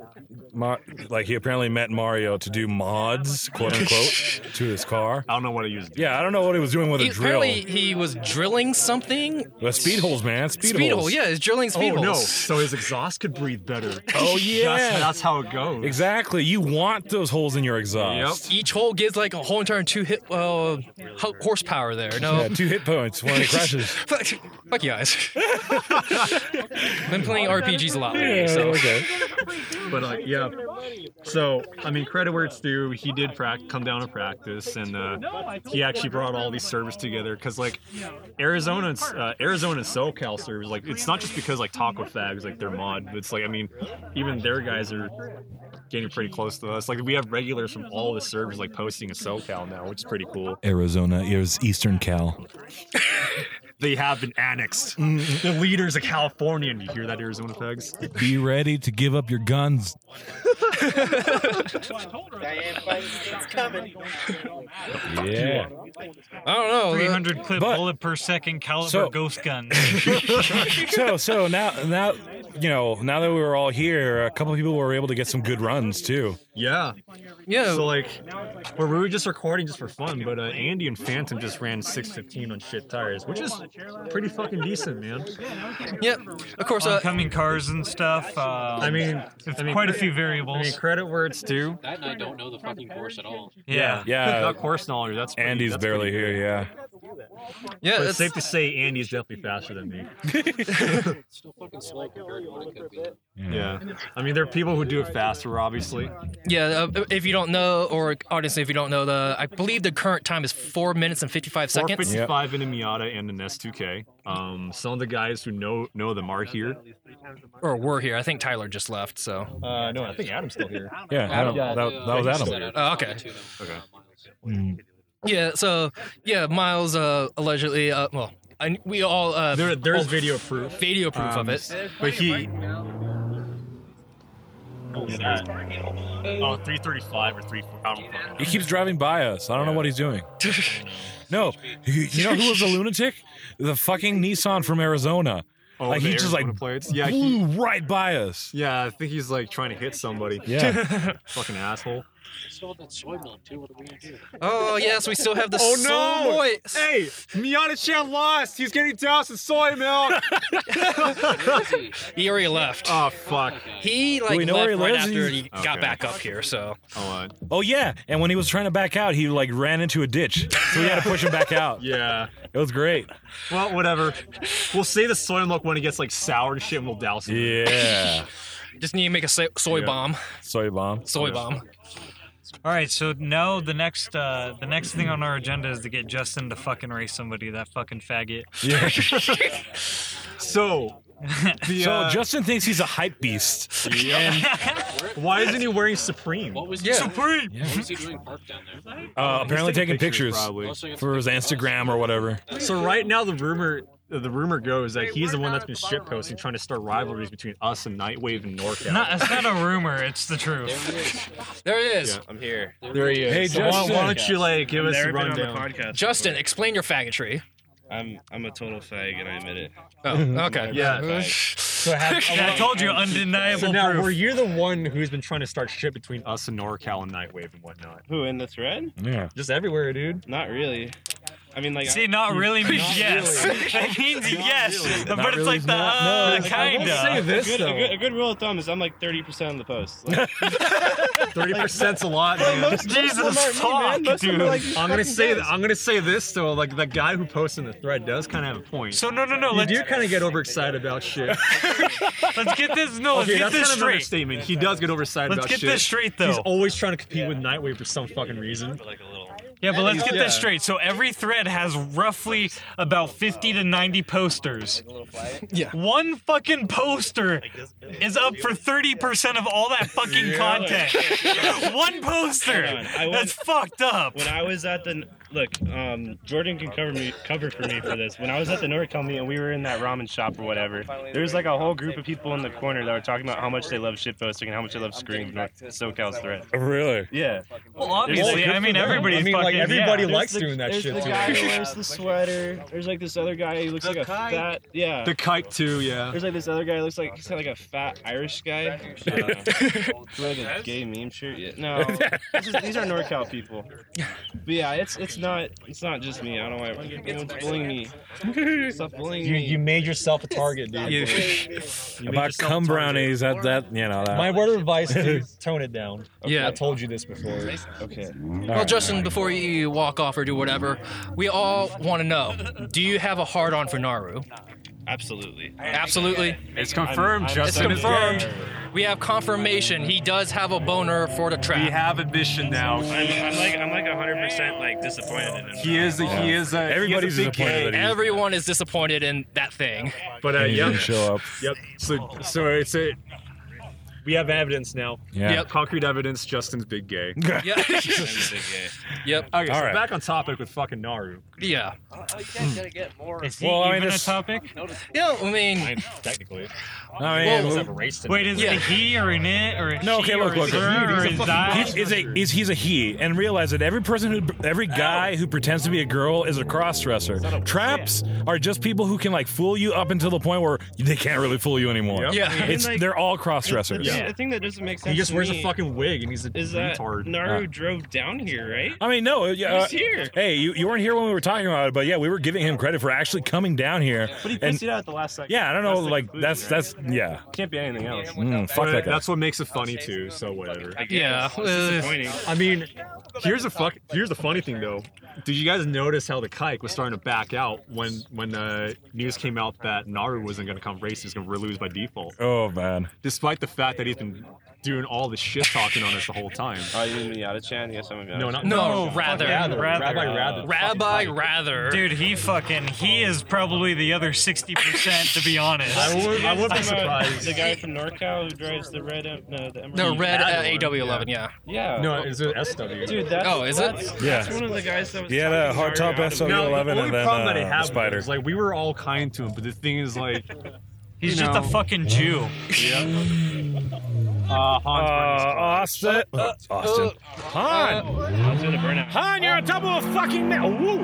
Speaker 7: Ma- like he apparently met Mario to do mods, quote unquote, to his car.
Speaker 8: I don't know what he was doing.
Speaker 7: Yeah, I don't know what he was doing with a
Speaker 1: He,
Speaker 7: drill.
Speaker 1: apparently, he was drilling something.
Speaker 7: Well, speed holes, man. Speed,
Speaker 1: Speed hole,
Speaker 7: holes.
Speaker 1: yeah, he's drilling speed
Speaker 8: Oh
Speaker 1: holes.
Speaker 8: no! So his exhaust could breathe better.
Speaker 7: Oh yeah.
Speaker 8: that's, that's how it goes.
Speaker 7: exactly. You want those holes in your exhaust.
Speaker 1: Each hole gives like a whole entire two hit uh, ho- horsepower there. No,
Speaker 7: Yeah, two hit points when it crashes.
Speaker 1: fuck, fuck you guys. Been playing RPGs a lot lately,
Speaker 7: Yeah,
Speaker 1: so
Speaker 7: okay.
Speaker 8: But like, yeah. So I mean, credit where it's due. He did prac- come down to practice, and uh, he actually brought all these servers together. Cause like Arizona, and s- uh, Arizona and SoCal servers, like it's not just because like Taco Fags like their mod, but it's like I mean, even their guys are getting pretty close to us. Like we have regulars from all the servers like posting in SoCal now, which is pretty cool.
Speaker 7: Arizona is Eastern Cal.
Speaker 8: They have been annexed. The leaders of California. Do you hear that, Arizona Fags?
Speaker 7: Be ready to give up your guns. Yeah.
Speaker 1: I don't know. uh,
Speaker 6: 300 clip
Speaker 7: But-
Speaker 6: bullet per second caliber
Speaker 7: So-
Speaker 6: ghost gun.
Speaker 7: So so now now you know now that we were all here, a couple of people were able to get some good runs too.
Speaker 8: Yeah.
Speaker 1: Yeah,
Speaker 8: So like, where we were just recording just for fun, but uh, Andy and Phantom just ran 6:15 on shit tires, which is pretty fucking decent, man.
Speaker 1: yeah. Of course,
Speaker 7: Um,
Speaker 1: uh,
Speaker 6: Oncoming cars and stuff. Uh,
Speaker 8: I mean,
Speaker 6: it's
Speaker 8: I mean,
Speaker 6: quite a few
Speaker 8: I mean,
Speaker 6: variables.
Speaker 8: credit where it's due.
Speaker 10: That and I don't know the fucking course at all.
Speaker 6: yeah.
Speaker 7: Yeah,
Speaker 8: Not course knowledge. That's pretty,
Speaker 7: Andy's
Speaker 8: that's
Speaker 7: barely
Speaker 8: pretty good.
Speaker 7: here. Yeah.
Speaker 1: yeah.
Speaker 8: But
Speaker 1: That's,
Speaker 8: it's safe to say Andy's definitely faster than me.
Speaker 10: It's still fucking slow compared to what it could be.
Speaker 8: Yeah. I mean, there are people who do it faster, obviously.
Speaker 1: yeah. Uh, if you don't know, or honestly, if you don't know, the I believe the current time is four minutes and fifty-five seconds.
Speaker 8: 455 in a Miata and an S2K. Um, some of the guys who know know them are here.
Speaker 1: Or we're here. I think Tyler just left. So
Speaker 8: Uh, no, I think Adam's still here.
Speaker 7: Yeah, Adam, that, that was Adam.
Speaker 1: Oh, okay.
Speaker 8: Okay.
Speaker 1: yeah. So yeah, Miles uh, allegedly. Uh, well, I, we all uh,
Speaker 8: There, there's
Speaker 1: oh,
Speaker 8: video proof.
Speaker 1: video proof of
Speaker 8: Um,
Speaker 1: it.
Speaker 8: But he. What was that? Oh, 335 or 340. I don't fucking
Speaker 7: He keeps driving by us. I don't know what he's doing. No, you you know who was a lunatic? The fucking Nissan from Arizona.
Speaker 8: know.
Speaker 7: Like,
Speaker 8: the
Speaker 7: he just, like,
Speaker 8: Arizona plates. Yeah, he,
Speaker 7: Blew right by us.
Speaker 8: yeah. I think he's like trying to hit somebody.
Speaker 7: Yeah.
Speaker 8: Fucking asshole.
Speaker 10: Still that soy milk too. What are we gonna do?
Speaker 1: Oh yes, we still have the
Speaker 8: Oh,
Speaker 1: soul
Speaker 8: no!
Speaker 1: voice.
Speaker 8: Hey, Miata Chan lost. He's getting doused in soy milk.
Speaker 1: He already left.
Speaker 8: oh fuck.
Speaker 1: he like
Speaker 7: we know
Speaker 1: left
Speaker 7: where he
Speaker 1: right
Speaker 7: lives?
Speaker 1: after
Speaker 7: He's-
Speaker 1: he got
Speaker 8: Okay.
Speaker 1: back up here. So
Speaker 8: Hold on.
Speaker 7: Oh yeah, and when he was trying to back out, he like ran into a ditch, so we had to push him back out.
Speaker 8: Yeah.
Speaker 7: It was great.
Speaker 8: Well, whatever. We'll save the soy milk when it gets like sour and shit, and we'll douse it.
Speaker 7: Yeah,
Speaker 1: just need to make a so- soy
Speaker 8: Yeah.
Speaker 1: bomb.
Speaker 7: soy bomb.
Speaker 1: Soy bomb.
Speaker 3: All right, so now the next uh, the next thing on our agenda is to get Justin to fucking race somebody. That fucking faggot.
Speaker 7: Yeah.
Speaker 8: So, the,
Speaker 7: so
Speaker 8: uh,
Speaker 7: Justin thinks he's a hype beast. uh,
Speaker 8: why isn't he wearing Supreme?
Speaker 10: What was
Speaker 1: Yeah.
Speaker 10: he Supreme!
Speaker 7: Yeah.
Speaker 10: What was he doing parked down there?
Speaker 7: Uh, apparently taking pictures,
Speaker 8: probably.
Speaker 10: Also, he got
Speaker 7: for his Instagram or whatever.
Speaker 8: So right now the rumor the rumor goes that he's the one that's been shitposting, trying to start rivalries between us and Nightwave and NorCal.
Speaker 3: Not, it's not a rumor. It's the truth.
Speaker 1: There it is.
Speaker 8: Yeah.
Speaker 9: I'm here.
Speaker 8: there he is.
Speaker 7: Hey,
Speaker 8: So why,
Speaker 7: Justin.
Speaker 8: why don't you like give us
Speaker 9: Never
Speaker 8: a
Speaker 9: been on the
Speaker 8: rundown?
Speaker 9: podcast.
Speaker 1: Justin, explain your faggotry.
Speaker 9: I'm I'm a total fag and I admit it.
Speaker 1: Oh, okay.
Speaker 8: Yeah.
Speaker 1: So
Speaker 3: I told you, undeniable
Speaker 8: So now
Speaker 3: proof.
Speaker 8: were you the one who's been trying to start shit between us and NorCal and Nightwave and whatnot?
Speaker 9: Who in the thread?
Speaker 7: Yeah.
Speaker 8: Just everywhere, dude.
Speaker 9: Not really. I mean, like,
Speaker 3: See, not really means yes. That means yes, but it's
Speaker 7: really
Speaker 3: like
Speaker 7: is
Speaker 3: the uh,
Speaker 7: not- no.
Speaker 9: I will say
Speaker 3: kinda.
Speaker 9: a
Speaker 8: this
Speaker 9: good, a, good, a good rule of thumb is I'm like 30% of the posts. Like,
Speaker 8: Thirty percent's a lot, man.
Speaker 3: Jesus fuck, dude.
Speaker 8: I'm gonna say that. I'm gonna say this though. Like the guy who posted the thread does kind of have a point.
Speaker 3: so no, no, no.
Speaker 8: you
Speaker 3: Let's
Speaker 8: do kind of get overexcited about shit.
Speaker 3: let's get this. No, let's
Speaker 8: Okay,
Speaker 3: get this
Speaker 8: that's kind of an
Speaker 3: straight.
Speaker 8: understatement. He does get overexcited
Speaker 3: Let's
Speaker 8: about
Speaker 3: get
Speaker 8: shit.
Speaker 3: this straight, though.
Speaker 8: He's always trying to compete with Nightwave for some fucking reason.
Speaker 3: Yeah, but let's get
Speaker 8: Yeah.
Speaker 3: this straight. So every thread has roughly about 50 to 90 posters.
Speaker 1: Yeah.
Speaker 3: One fucking poster is up for 30% of all that fucking content. One poster.
Speaker 9: Hold on, I want-
Speaker 3: That's fucked up.
Speaker 9: when I was at the look, um, Jordan can cover me cover for me for this. When I was at the NorCal meet and we were in that ramen shop or whatever, there was like a whole group of people in the corner that were talking about how much they love shitposting and how much they love screwing North SoCal's threat.
Speaker 7: Really?
Speaker 9: Yeah,
Speaker 3: Well, obviously, I mean, everybody's
Speaker 8: I mean,
Speaker 3: fucking.
Speaker 8: like everybody
Speaker 3: yeah.
Speaker 8: likes doing that
Speaker 9: there's
Speaker 8: shit.
Speaker 9: the
Speaker 8: too.
Speaker 9: guy who wears the sweater. There's like this other guy who looks like a fat yeah.
Speaker 8: The kike too, yeah.
Speaker 9: There's like this other guy who looks like he's like a fat Irish guy. He's like a gay meme shirt. Yeah. No, this is, these are NorCal people. But yeah, it's it's not it's not just me. I don't know why everyone's bullying me. Stop bullying
Speaker 8: You
Speaker 9: me.
Speaker 8: you made yourself a target, dude. You made
Speaker 7: About
Speaker 8: yourself
Speaker 7: cum
Speaker 8: a target.
Speaker 7: brownies, that that you know that.
Speaker 8: My word of advice is tone it down.
Speaker 1: Yeah.
Speaker 8: I told you this before.
Speaker 9: Okay.
Speaker 1: Well, Justin, before you walk off or do whatever, we all want to know: Do you have a hard on for Naru?
Speaker 9: Absolutely.
Speaker 1: Absolutely.
Speaker 3: It's confirmed,
Speaker 1: It's confirmed. We have confirmation. He does have a boner for the trap.
Speaker 8: have admission now.
Speaker 9: I'm, I'm like I'm like 100 percent like disappointed in him.
Speaker 8: He is a, he is a
Speaker 7: Everybody's disappointed that he
Speaker 1: Everyone is disappointed in that thing.
Speaker 8: But uh,
Speaker 7: didn't even
Speaker 8: yep,
Speaker 7: show up.
Speaker 8: yep. So so it's a we have evidence now.
Speaker 7: Yeah.
Speaker 1: Yep.
Speaker 8: Concrete evidence. Justin's big gay.
Speaker 1: Yep. yep.
Speaker 8: Okay, so
Speaker 7: All right.
Speaker 8: back on topic with fucking Naru.
Speaker 1: Yeah.
Speaker 3: Is he
Speaker 7: Well, I mean,
Speaker 3: even a
Speaker 7: this-
Speaker 3: topic?
Speaker 1: Yeah. I mean,
Speaker 8: technically,
Speaker 7: I mean,
Speaker 1: Well,
Speaker 3: Wait, is
Speaker 1: Yeah.
Speaker 3: it a he or an it or a
Speaker 7: No,
Speaker 3: she
Speaker 7: okay,
Speaker 3: or
Speaker 7: look,
Speaker 3: a
Speaker 7: look.
Speaker 3: her or
Speaker 7: He's
Speaker 3: is
Speaker 7: a,
Speaker 3: that?
Speaker 7: he's, is a, is, he's a he, and realize that every person who, every guy who pretends to be a girl is a crossdresser. Traps are just people who can like fool you up until the point where they can't really fool you anymore.
Speaker 8: Yep.
Speaker 1: yeah.
Speaker 7: It's
Speaker 9: And, like,
Speaker 7: they're all crossdressers.
Speaker 9: The, the thing that doesn't make sense.
Speaker 8: he just
Speaker 9: to
Speaker 8: wears
Speaker 9: me
Speaker 8: a fucking wig and he's a
Speaker 9: Is that
Speaker 8: retard.
Speaker 9: Naru drove down here, right?
Speaker 7: I mean, no.
Speaker 9: He
Speaker 7: Yeah. uh,
Speaker 9: was here.
Speaker 7: Hey, you, you weren't here when we were talking about it, but yeah, we were giving him credit for actually coming down here.
Speaker 9: But he
Speaker 7: and
Speaker 9: pissed it out at the last second.
Speaker 7: yeah, I don't know,
Speaker 9: the
Speaker 7: like
Speaker 9: conclusion,
Speaker 7: that's
Speaker 9: right?
Speaker 7: that's yeah.
Speaker 9: can't be anything else.
Speaker 7: Mm, fuck
Speaker 8: But
Speaker 7: that guy.
Speaker 8: that's what makes it funny too. So whatever.
Speaker 9: I guess.
Speaker 1: Yeah. uh,
Speaker 9: It's disappointing.
Speaker 8: I mean, here's a fuck. Here's the funny thing though. Did you guys notice how the kike was starting to back out when when the news came out that Naru wasn't going to come race? He's going to lose by default,
Speaker 7: Oh man.
Speaker 8: despite the fact that he's been doing all the shit talking on us the whole time.
Speaker 9: Oh, you mean Miata Chan? Yes, I'm a Miata
Speaker 8: No, not
Speaker 1: No, rather.
Speaker 8: Rather, Rabbi Rather.
Speaker 1: Rabbi rather.
Speaker 3: Dude, he fucking he is probably the other sixty percent to be honest.
Speaker 8: I would, I would be surprised.
Speaker 9: The guy from NorCal who drives the red, uh, no, the Emerald.
Speaker 1: The red
Speaker 8: had
Speaker 1: uh,
Speaker 8: one,
Speaker 1: AW11. Yeah.
Speaker 9: Yeah.
Speaker 8: No, it's an SW.
Speaker 9: dude, that's
Speaker 1: Oh, is it?
Speaker 9: That's,
Speaker 7: Yeah.
Speaker 9: that's one of the guys that was.
Speaker 7: He had a hard top SW
Speaker 8: No, the
Speaker 7: eleven
Speaker 8: only
Speaker 7: and then
Speaker 8: problem that I
Speaker 7: uh,
Speaker 8: have
Speaker 7: the
Speaker 8: with it
Speaker 7: spider.
Speaker 8: is like we were all kind to him, but the thing is like,
Speaker 3: He's
Speaker 8: you
Speaker 3: just
Speaker 8: know.
Speaker 3: a fucking Jew.
Speaker 8: uh,
Speaker 7: Uh,
Speaker 8: Hans
Speaker 7: Austin. Uh, Austin. Han.
Speaker 8: uh,
Speaker 7: Han, you're on top of a fucking ma- Woo.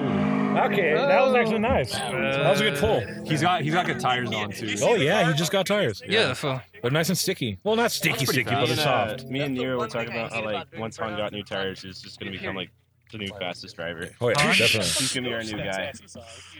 Speaker 7: Okay, that was actually nice. that was a good pull.
Speaker 8: Uh, he's got he's got good tires on too.
Speaker 7: Oh yeah, he just got tires.
Speaker 1: Yeah. so-
Speaker 7: They're nice and sticky. Well, not sticky, sticky,
Speaker 9: Me
Speaker 7: but they're
Speaker 9: and, uh,
Speaker 7: soft.
Speaker 9: me and Nero were talking about how like once Han got new tires, he's just gonna become like the new fastest driver.
Speaker 7: Oh yeah,
Speaker 3: Han?
Speaker 7: definitely.
Speaker 9: He's gonna be our new guy.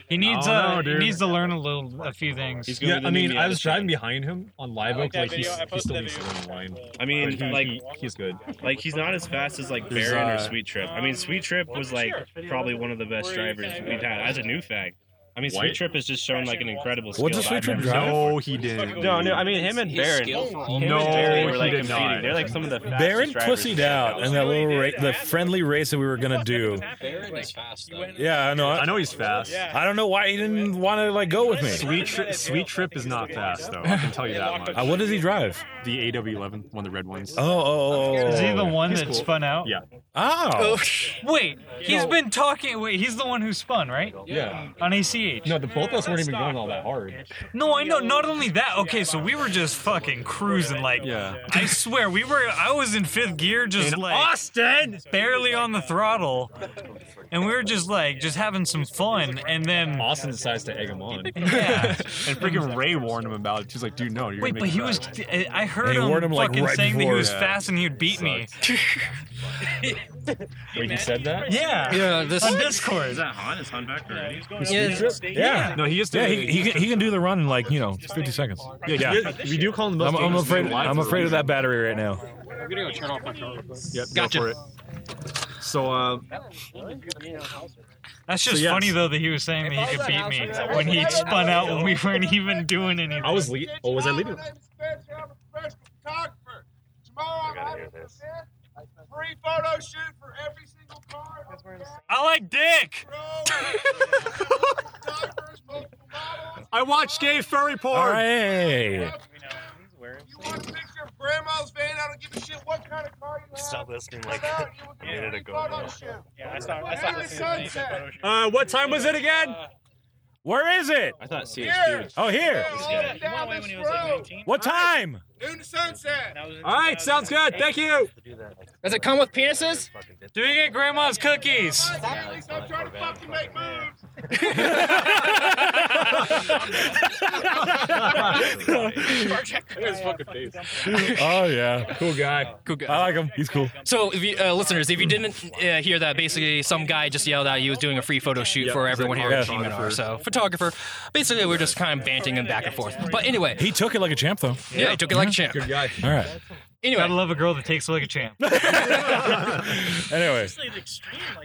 Speaker 3: He needs
Speaker 8: I don't
Speaker 3: uh,
Speaker 8: know,
Speaker 3: he
Speaker 8: dude.
Speaker 3: needs to learn a little a few things.
Speaker 9: He's gonna
Speaker 8: Yeah,
Speaker 9: be the
Speaker 8: I
Speaker 9: new
Speaker 8: mean, I
Speaker 9: Miata
Speaker 8: was
Speaker 9: Chan.
Speaker 8: driving behind him on Live Oak. Like he's, he still needs to learn the line.
Speaker 9: I
Speaker 8: And
Speaker 9: mean,
Speaker 8: he,
Speaker 9: like
Speaker 8: he- he's good.
Speaker 9: Like he's not as fast as like
Speaker 8: There's,
Speaker 9: Baron
Speaker 8: uh,
Speaker 9: or Sweet Trip. I mean, Sweet Trip was like probably one of the best drivers we've had as a new fag. I mean, Sweet
Speaker 8: White.
Speaker 9: Trip has just shown like an incredible skill.
Speaker 7: What does
Speaker 9: that
Speaker 7: Sweet
Speaker 9: I've
Speaker 7: Trip
Speaker 9: never
Speaker 7: drive?
Speaker 9: seen.
Speaker 8: No, he didn't.
Speaker 9: Oh, No, no. I mean, him and
Speaker 10: He's
Speaker 9: Baron.
Speaker 10: skillful.
Speaker 9: Him and
Speaker 8: No,
Speaker 9: Baron were
Speaker 8: he
Speaker 9: like
Speaker 8: did
Speaker 9: competing.
Speaker 8: not.
Speaker 9: They're like some of the fastest
Speaker 7: Baron
Speaker 9: drivers
Speaker 7: pussied
Speaker 9: in
Speaker 7: out in
Speaker 9: Dallas.
Speaker 7: that little ra- the friendly race that we were gonna do.
Speaker 10: Baron is fast though.
Speaker 7: Yeah, I know.
Speaker 8: I know he's fast.
Speaker 7: I don't know why he didn't want to like go with me.
Speaker 8: Sweet, tri- Sweet Trip is not fast, though. I can tell you that much.
Speaker 7: Uh, what does he drive?
Speaker 8: the AW11, one of the red ones.
Speaker 7: Oh, oh, oh, oh.
Speaker 6: Is he the one that spun out?
Speaker 8: Yeah.
Speaker 7: Oh,
Speaker 3: Wait, he's been talking. Wait, he's the one who spun, right?
Speaker 8: Yeah.
Speaker 3: On ACH.
Speaker 8: No, the both of us weren't even going all that hard.
Speaker 3: No, I know. Not only that. Okay, so we were just fucking cruising. Like,
Speaker 8: Yeah.
Speaker 3: I swear, we were. I was in fifth gear, just like
Speaker 8: Austin!
Speaker 3: barely on the throttle, and we were just like just having some fun. And then,
Speaker 8: Austin decides to egg him on. And
Speaker 3: yeah.
Speaker 8: freaking Ray warned him about it. She's like, dude, no, you're
Speaker 3: Wait,
Speaker 8: gonna
Speaker 3: but
Speaker 8: make
Speaker 3: he
Speaker 8: it
Speaker 3: was.
Speaker 8: fast.
Speaker 3: I heard
Speaker 7: And he
Speaker 3: him,
Speaker 7: warned him, like,
Speaker 3: fucking
Speaker 7: right
Speaker 3: saying that
Speaker 7: before,
Speaker 3: he was
Speaker 7: yeah.
Speaker 3: fast and he would beat me.
Speaker 8: Wait, he said that?
Speaker 3: Yeah.
Speaker 1: Yeah, this
Speaker 3: On Discord.
Speaker 9: that Han? Is Han back already?
Speaker 7: yeah.
Speaker 8: No, he is
Speaker 7: Yeah, he, he, can, he can do the run in like you know 50 seconds.
Speaker 8: yeah, he is- we do call him the most
Speaker 7: I'm, I'm
Speaker 8: dangerous
Speaker 7: afraid.
Speaker 8: man alive
Speaker 7: I'm
Speaker 8: for a
Speaker 7: afraid of
Speaker 8: reason.
Speaker 7: that battery right now.
Speaker 10: I'm gonna go turn off my phone.
Speaker 8: Yep,
Speaker 1: Gotcha.
Speaker 8: Go for it. So, uh,
Speaker 3: That's just
Speaker 8: So, yes.
Speaker 3: funny though that he was saying that he could beat me when he spun out when we weren't even doing anything.
Speaker 8: I was lead. Oh, was I leading?
Speaker 5: Free photo shoot for every single car.
Speaker 3: I like dick.
Speaker 8: I watched gay furry porn.
Speaker 7: All right.
Speaker 5: Stop listening like a minute ago.
Speaker 7: Uh, what time was it again? Where is it?
Speaker 9: I thought CHP was.
Speaker 7: Oh, here. What time?
Speaker 8: All right, sounds good. Thank you.
Speaker 1: Does it come with penises?
Speaker 3: Do we get grandma's cookies?
Speaker 7: Oh yeah, cool guy.
Speaker 1: Cool guy.
Speaker 7: I like him. He's cool.
Speaker 1: So, if you, uh, listeners, if you didn't uh, hear that, basically some guy just yelled out he was doing a free photo shoot for everyone here at
Speaker 7: Yeah.
Speaker 1: GMNR. So, photographer. Basically, we're just kind of banting him back and forth. But anyway,
Speaker 7: He took it like a champ though.
Speaker 1: yeah, he took it like a champ.
Speaker 8: guy.
Speaker 7: All right.
Speaker 3: Gotta
Speaker 1: Anyway,
Speaker 3: love a girl that takes like a champ.
Speaker 7: Anyway,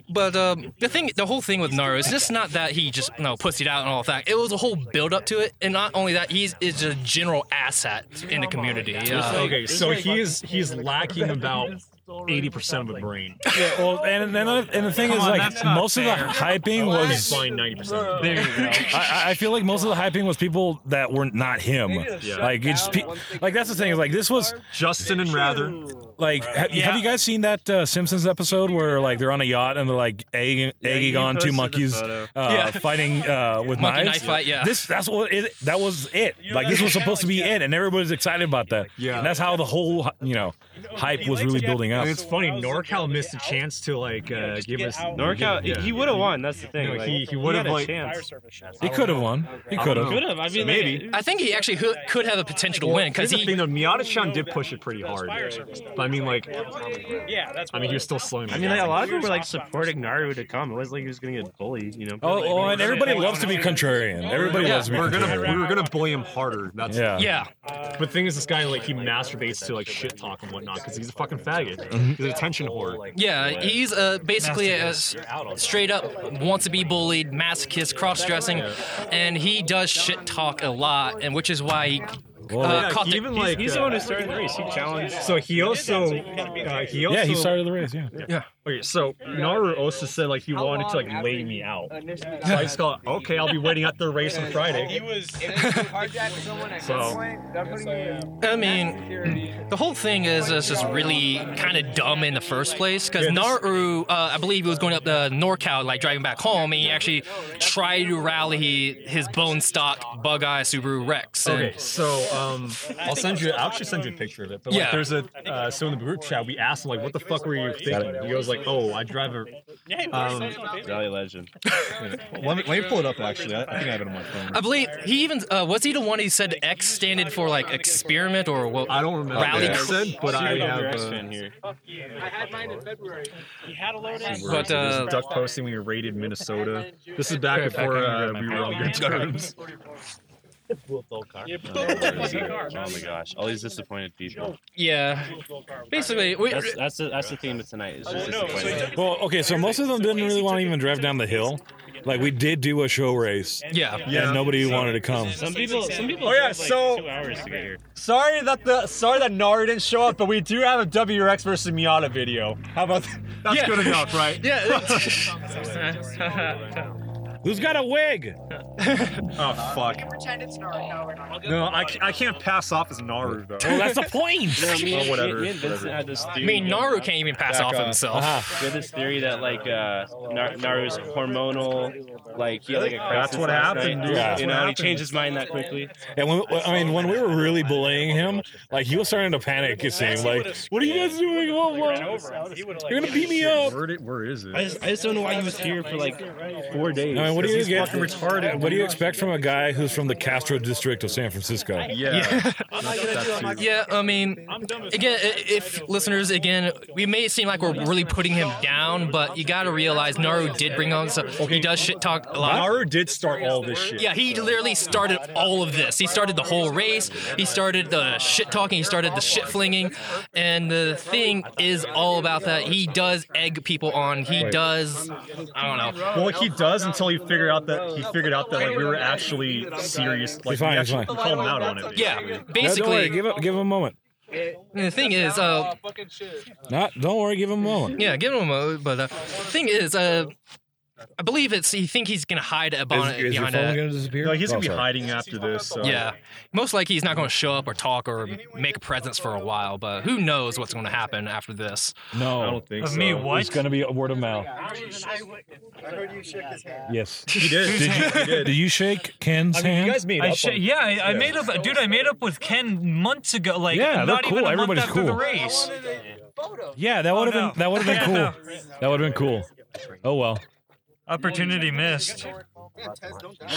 Speaker 1: but um, the thing, the whole thing with Naru is just not that he just no pussied out and all that. It was a whole build up to it, and not only that, he's is a general asset in the community. Uh,
Speaker 8: Okay, so he is he's lacking about eighty percent of a brain.
Speaker 7: yeah, well, and and, another- and the thing is
Speaker 3: on,
Speaker 7: like
Speaker 3: that's not
Speaker 7: most of the
Speaker 3: fair.
Speaker 7: hyping
Speaker 8: He's
Speaker 7: was.
Speaker 8: fine ninety percent.
Speaker 3: There you go.
Speaker 7: I, I- I feel like most of the hyping was people that were not him.
Speaker 8: Yeah.
Speaker 7: Like it's pe- like that's the thing is like this was
Speaker 8: Justin and Rather.
Speaker 7: like ha- have you guys seen that uh, Simpsons episode where like they're on a yacht and they're like egging, egging
Speaker 9: you
Speaker 7: on two
Speaker 9: posted the
Speaker 7: monkeys
Speaker 9: photo.
Speaker 7: uh, fighting uh, with
Speaker 1: Monkey
Speaker 7: knives?
Speaker 1: knife fight, yeah.
Speaker 7: This that's what it, that was it. Like this was supposed to be it, and everybody was excited about that.
Speaker 8: Yeah.
Speaker 7: and that's how the whole you know hype was really building up.
Speaker 8: And it's funny, NorCal missed a chance to like uh, give us
Speaker 9: NorCal,
Speaker 8: Yeah.
Speaker 9: he would have won. That's the thing.
Speaker 8: No,
Speaker 9: like,
Speaker 8: he- he would've,
Speaker 9: had a
Speaker 8: like-
Speaker 9: chance.
Speaker 7: He could have won. He
Speaker 8: I
Speaker 7: could
Speaker 8: don't
Speaker 7: have.
Speaker 8: know.
Speaker 9: Could have. I mean,
Speaker 8: Maybe.
Speaker 9: like,
Speaker 1: I think he actually could, could have a potential to win because
Speaker 8: Here's the
Speaker 1: he
Speaker 8: thing though, Miata-chan did push it pretty hard. But I mean, like, yeah, that's. I mean, he was still slowing.
Speaker 9: I mean, like a lot of people were like supporting Naru to come. It was like he was gonna get bullied, you know.
Speaker 7: Oh, oh, and everybody loves to be contrarian. Everybody
Speaker 1: Yeah,
Speaker 7: loves to be
Speaker 8: we're gonna
Speaker 7: contrarian.
Speaker 8: we were gonna bully him harder. That's
Speaker 7: Yeah.
Speaker 1: yeah.
Speaker 8: But the thing is, this guy like he masturbates to like shit talk and whatnot because he's a fucking faggot. He's an attention whore.
Speaker 1: Yeah, he's uh, basically a s- straight up wants to be bullied, masochist, cross dressing, and he does shit talk a lot, and which is why he.
Speaker 7: Well,
Speaker 1: Uh, caught
Speaker 8: he
Speaker 1: the-
Speaker 8: even
Speaker 9: He's,
Speaker 8: like
Speaker 9: he's
Speaker 8: uh,
Speaker 9: the one who started the race. He challenged.
Speaker 8: So he also uh, he also
Speaker 7: yeah, he started the race. Yeah.
Speaker 8: Okay, so Naru also said like he wanted to like lay me out. So I just go, okay, I'll be waiting at the race on Friday. So
Speaker 1: I mean, the whole thing is is just really kind of dumb in the first place because Naru, uh, I believe he was going up the NorCal, like driving back home, and he actually tried to rally his bone stock Bug Eye Subaru Rex. and-
Speaker 8: okay, so um, I'll send you. I'll actually send you a picture of it. But like,
Speaker 1: Yeah.
Speaker 8: there's a uh, so in the group chat we asked him like, what the fuck were you thinking? He goes like, oh, I drive a. Um,
Speaker 9: Valley legend.
Speaker 8: let me let me pull it up. Actually, I, I think I have it on my phone.
Speaker 1: I believe he even uh, was he the one he said X standed for like experiment or what?
Speaker 8: I don't remember
Speaker 1: Rally
Speaker 8: what I
Speaker 1: crew.
Speaker 8: said, but I have.
Speaker 9: X
Speaker 8: Uh,
Speaker 9: fan here.
Speaker 1: But uh,
Speaker 8: duck posting when we raided Minnesota. This is back before uh, we were on good terms.
Speaker 9: oh my gosh, all these disappointed people.
Speaker 1: Yeah. Basically, we,
Speaker 9: That's that's the, that's the theme of tonight. Is just disappointment.
Speaker 7: Well, okay, so most of them didn't really want to even drive down the hill. Like we did do a show race,
Speaker 1: yeah.
Speaker 8: Yeah.
Speaker 7: and nobody wanted to come.
Speaker 9: Some people, some people.
Speaker 8: Oh, yeah,
Speaker 9: drove, like,
Speaker 8: so-
Speaker 9: two hours to get here.
Speaker 8: Sorry that the sorry that Nara didn't show up, but we do have a WRX versus Miata video. How about that? That's
Speaker 1: Yeah.
Speaker 8: good enough, right?
Speaker 1: Yeah.
Speaker 7: Who's got a wig?
Speaker 8: Oh fuck.
Speaker 4: Pretend it's Nard. No, we're not.
Speaker 8: No, I, ca- I can't pass off as Naru though.
Speaker 7: Well, that's the point.
Speaker 9: No, me, and-
Speaker 8: whatever,
Speaker 9: me and Vincent
Speaker 8: whatever.
Speaker 9: had this theory.
Speaker 1: I mean,
Speaker 9: going
Speaker 1: Naru
Speaker 9: on.
Speaker 1: can't even pass
Speaker 8: Back Ah,
Speaker 1: off
Speaker 8: off.
Speaker 1: himself.
Speaker 7: Uh-huh.
Speaker 9: We had this theory that like uh, Nar- Naru's hormonal, like he had like a crisis.
Speaker 8: That's what
Speaker 9: last
Speaker 8: happened,
Speaker 9: night.
Speaker 8: dude. That's
Speaker 9: You
Speaker 8: what
Speaker 9: know, and he
Speaker 8: happened.
Speaker 9: changed his mind that quickly.
Speaker 7: And when, I mean, when we were really bullying him, like he was starting to panic. It seemed like, "What are you guys doing? Oh, well, you're gonna beat me up."
Speaker 8: Where, did, where is
Speaker 9: I
Speaker 8: it?
Speaker 9: just, I just don't know why he was here for like four days.
Speaker 7: I mean, what do
Speaker 9: 'cause
Speaker 7: you
Speaker 9: he's
Speaker 7: get?
Speaker 9: fucking retarded?
Speaker 7: What do you expect from a guy who's from the Castro district of San Francisco?
Speaker 8: Yeah.
Speaker 1: Yeah, I mean, again, i- if listeners, again, we may seem like we're really putting him down, but you got to realize Naru did bring on some. He does shit talk a lot.
Speaker 8: Naru did start all this shit.
Speaker 1: Yeah, he literally started all of this. He started the whole race. He started the shit talking. He started the shit flinging. And the thing is all about that. He does egg people on. He does. I don't know.
Speaker 8: Well, he does until he figured out that he figured out that like we were actually serious. Like
Speaker 7: fine,
Speaker 8: we
Speaker 7: you're
Speaker 8: actually
Speaker 7: fine.
Speaker 8: called him out on it.
Speaker 1: Yeah,
Speaker 7: No, don't worry.
Speaker 1: basically.
Speaker 7: Give him, give him a moment.
Speaker 1: The thing is, uh,
Speaker 7: Not, don't worry. Give him a moment.
Speaker 1: yeah, give him a. But uh, the thing is, uh, I believe it's. You think he's gonna hide a bonnet
Speaker 7: Is, is your
Speaker 1: behind
Speaker 7: phone
Speaker 1: a.
Speaker 7: gonna disappear?
Speaker 8: No, he's gonna
Speaker 7: Oh,
Speaker 8: be
Speaker 7: sorry.
Speaker 8: hiding after this. So.
Speaker 1: Yeah, most likely he's not going to show up or talk or make a presence for a while. But who knows what's going to happen after this?
Speaker 7: No,
Speaker 8: I don't think
Speaker 6: Of
Speaker 8: so.
Speaker 6: me, what?
Speaker 7: It's gonna be a word of mouth. Yes.
Speaker 8: He did. He did. He did.
Speaker 7: Do you shake Ken's hand?
Speaker 8: made
Speaker 6: I sh- yeah, I, I made up, dude. I made up with Ken months ago. Like,
Speaker 7: Yeah, they're
Speaker 6: not
Speaker 7: cool.
Speaker 6: even a
Speaker 7: Everybody's
Speaker 6: month after the
Speaker 7: cool.
Speaker 6: race.
Speaker 7: yeah, that would have
Speaker 6: no.
Speaker 7: been that would have been cool. That would have been cool. Oh well.
Speaker 6: Opportunity missed.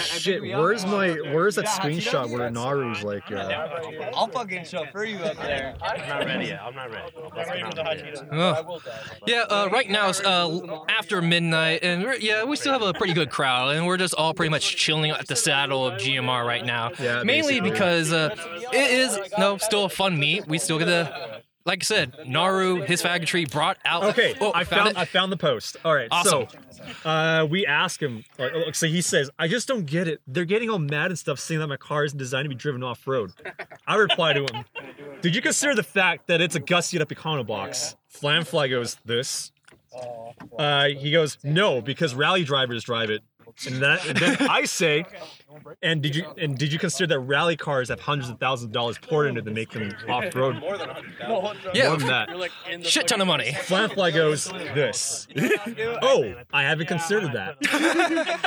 Speaker 8: Shit, where's my where's that screenshot where Naru's like uh,
Speaker 11: I'll fucking chauffeur you up there.
Speaker 9: I'm not ready yet. I'm not ready.
Speaker 1: Ugh. Yeah, uh, right now it's uh, after midnight, and we're, yeah, we still have a pretty good crowd, and we're just all pretty much chilling at the saddle of GMR right now.
Speaker 8: Yeah,
Speaker 1: mainly
Speaker 8: basically.
Speaker 1: because uh, it is no still a fun meet. We still get the. Like I said, Naru, his faggotry brought out.
Speaker 8: Okay,
Speaker 1: oh,
Speaker 8: I found
Speaker 1: it.
Speaker 8: I found the post. All right, so uh, we ask him. Like, look, so he says, "I just don't get it. They're getting all mad and stuff, saying that my car isn't designed to be driven off road." I reply to him, "Did you consider the fact that it's a gussied up Econobox?" Flamfly goes, "This." Uh, he goes, "No, because rally drivers drive it." And, that, and then I say, "And did you and did you consider that rally cars have hundreds of thousands of dollars poured into them to make them off road?"
Speaker 1: yeah,
Speaker 8: More than that.
Speaker 1: shit ton of money.
Speaker 8: Flamfly goes this. oh, I haven't considered that.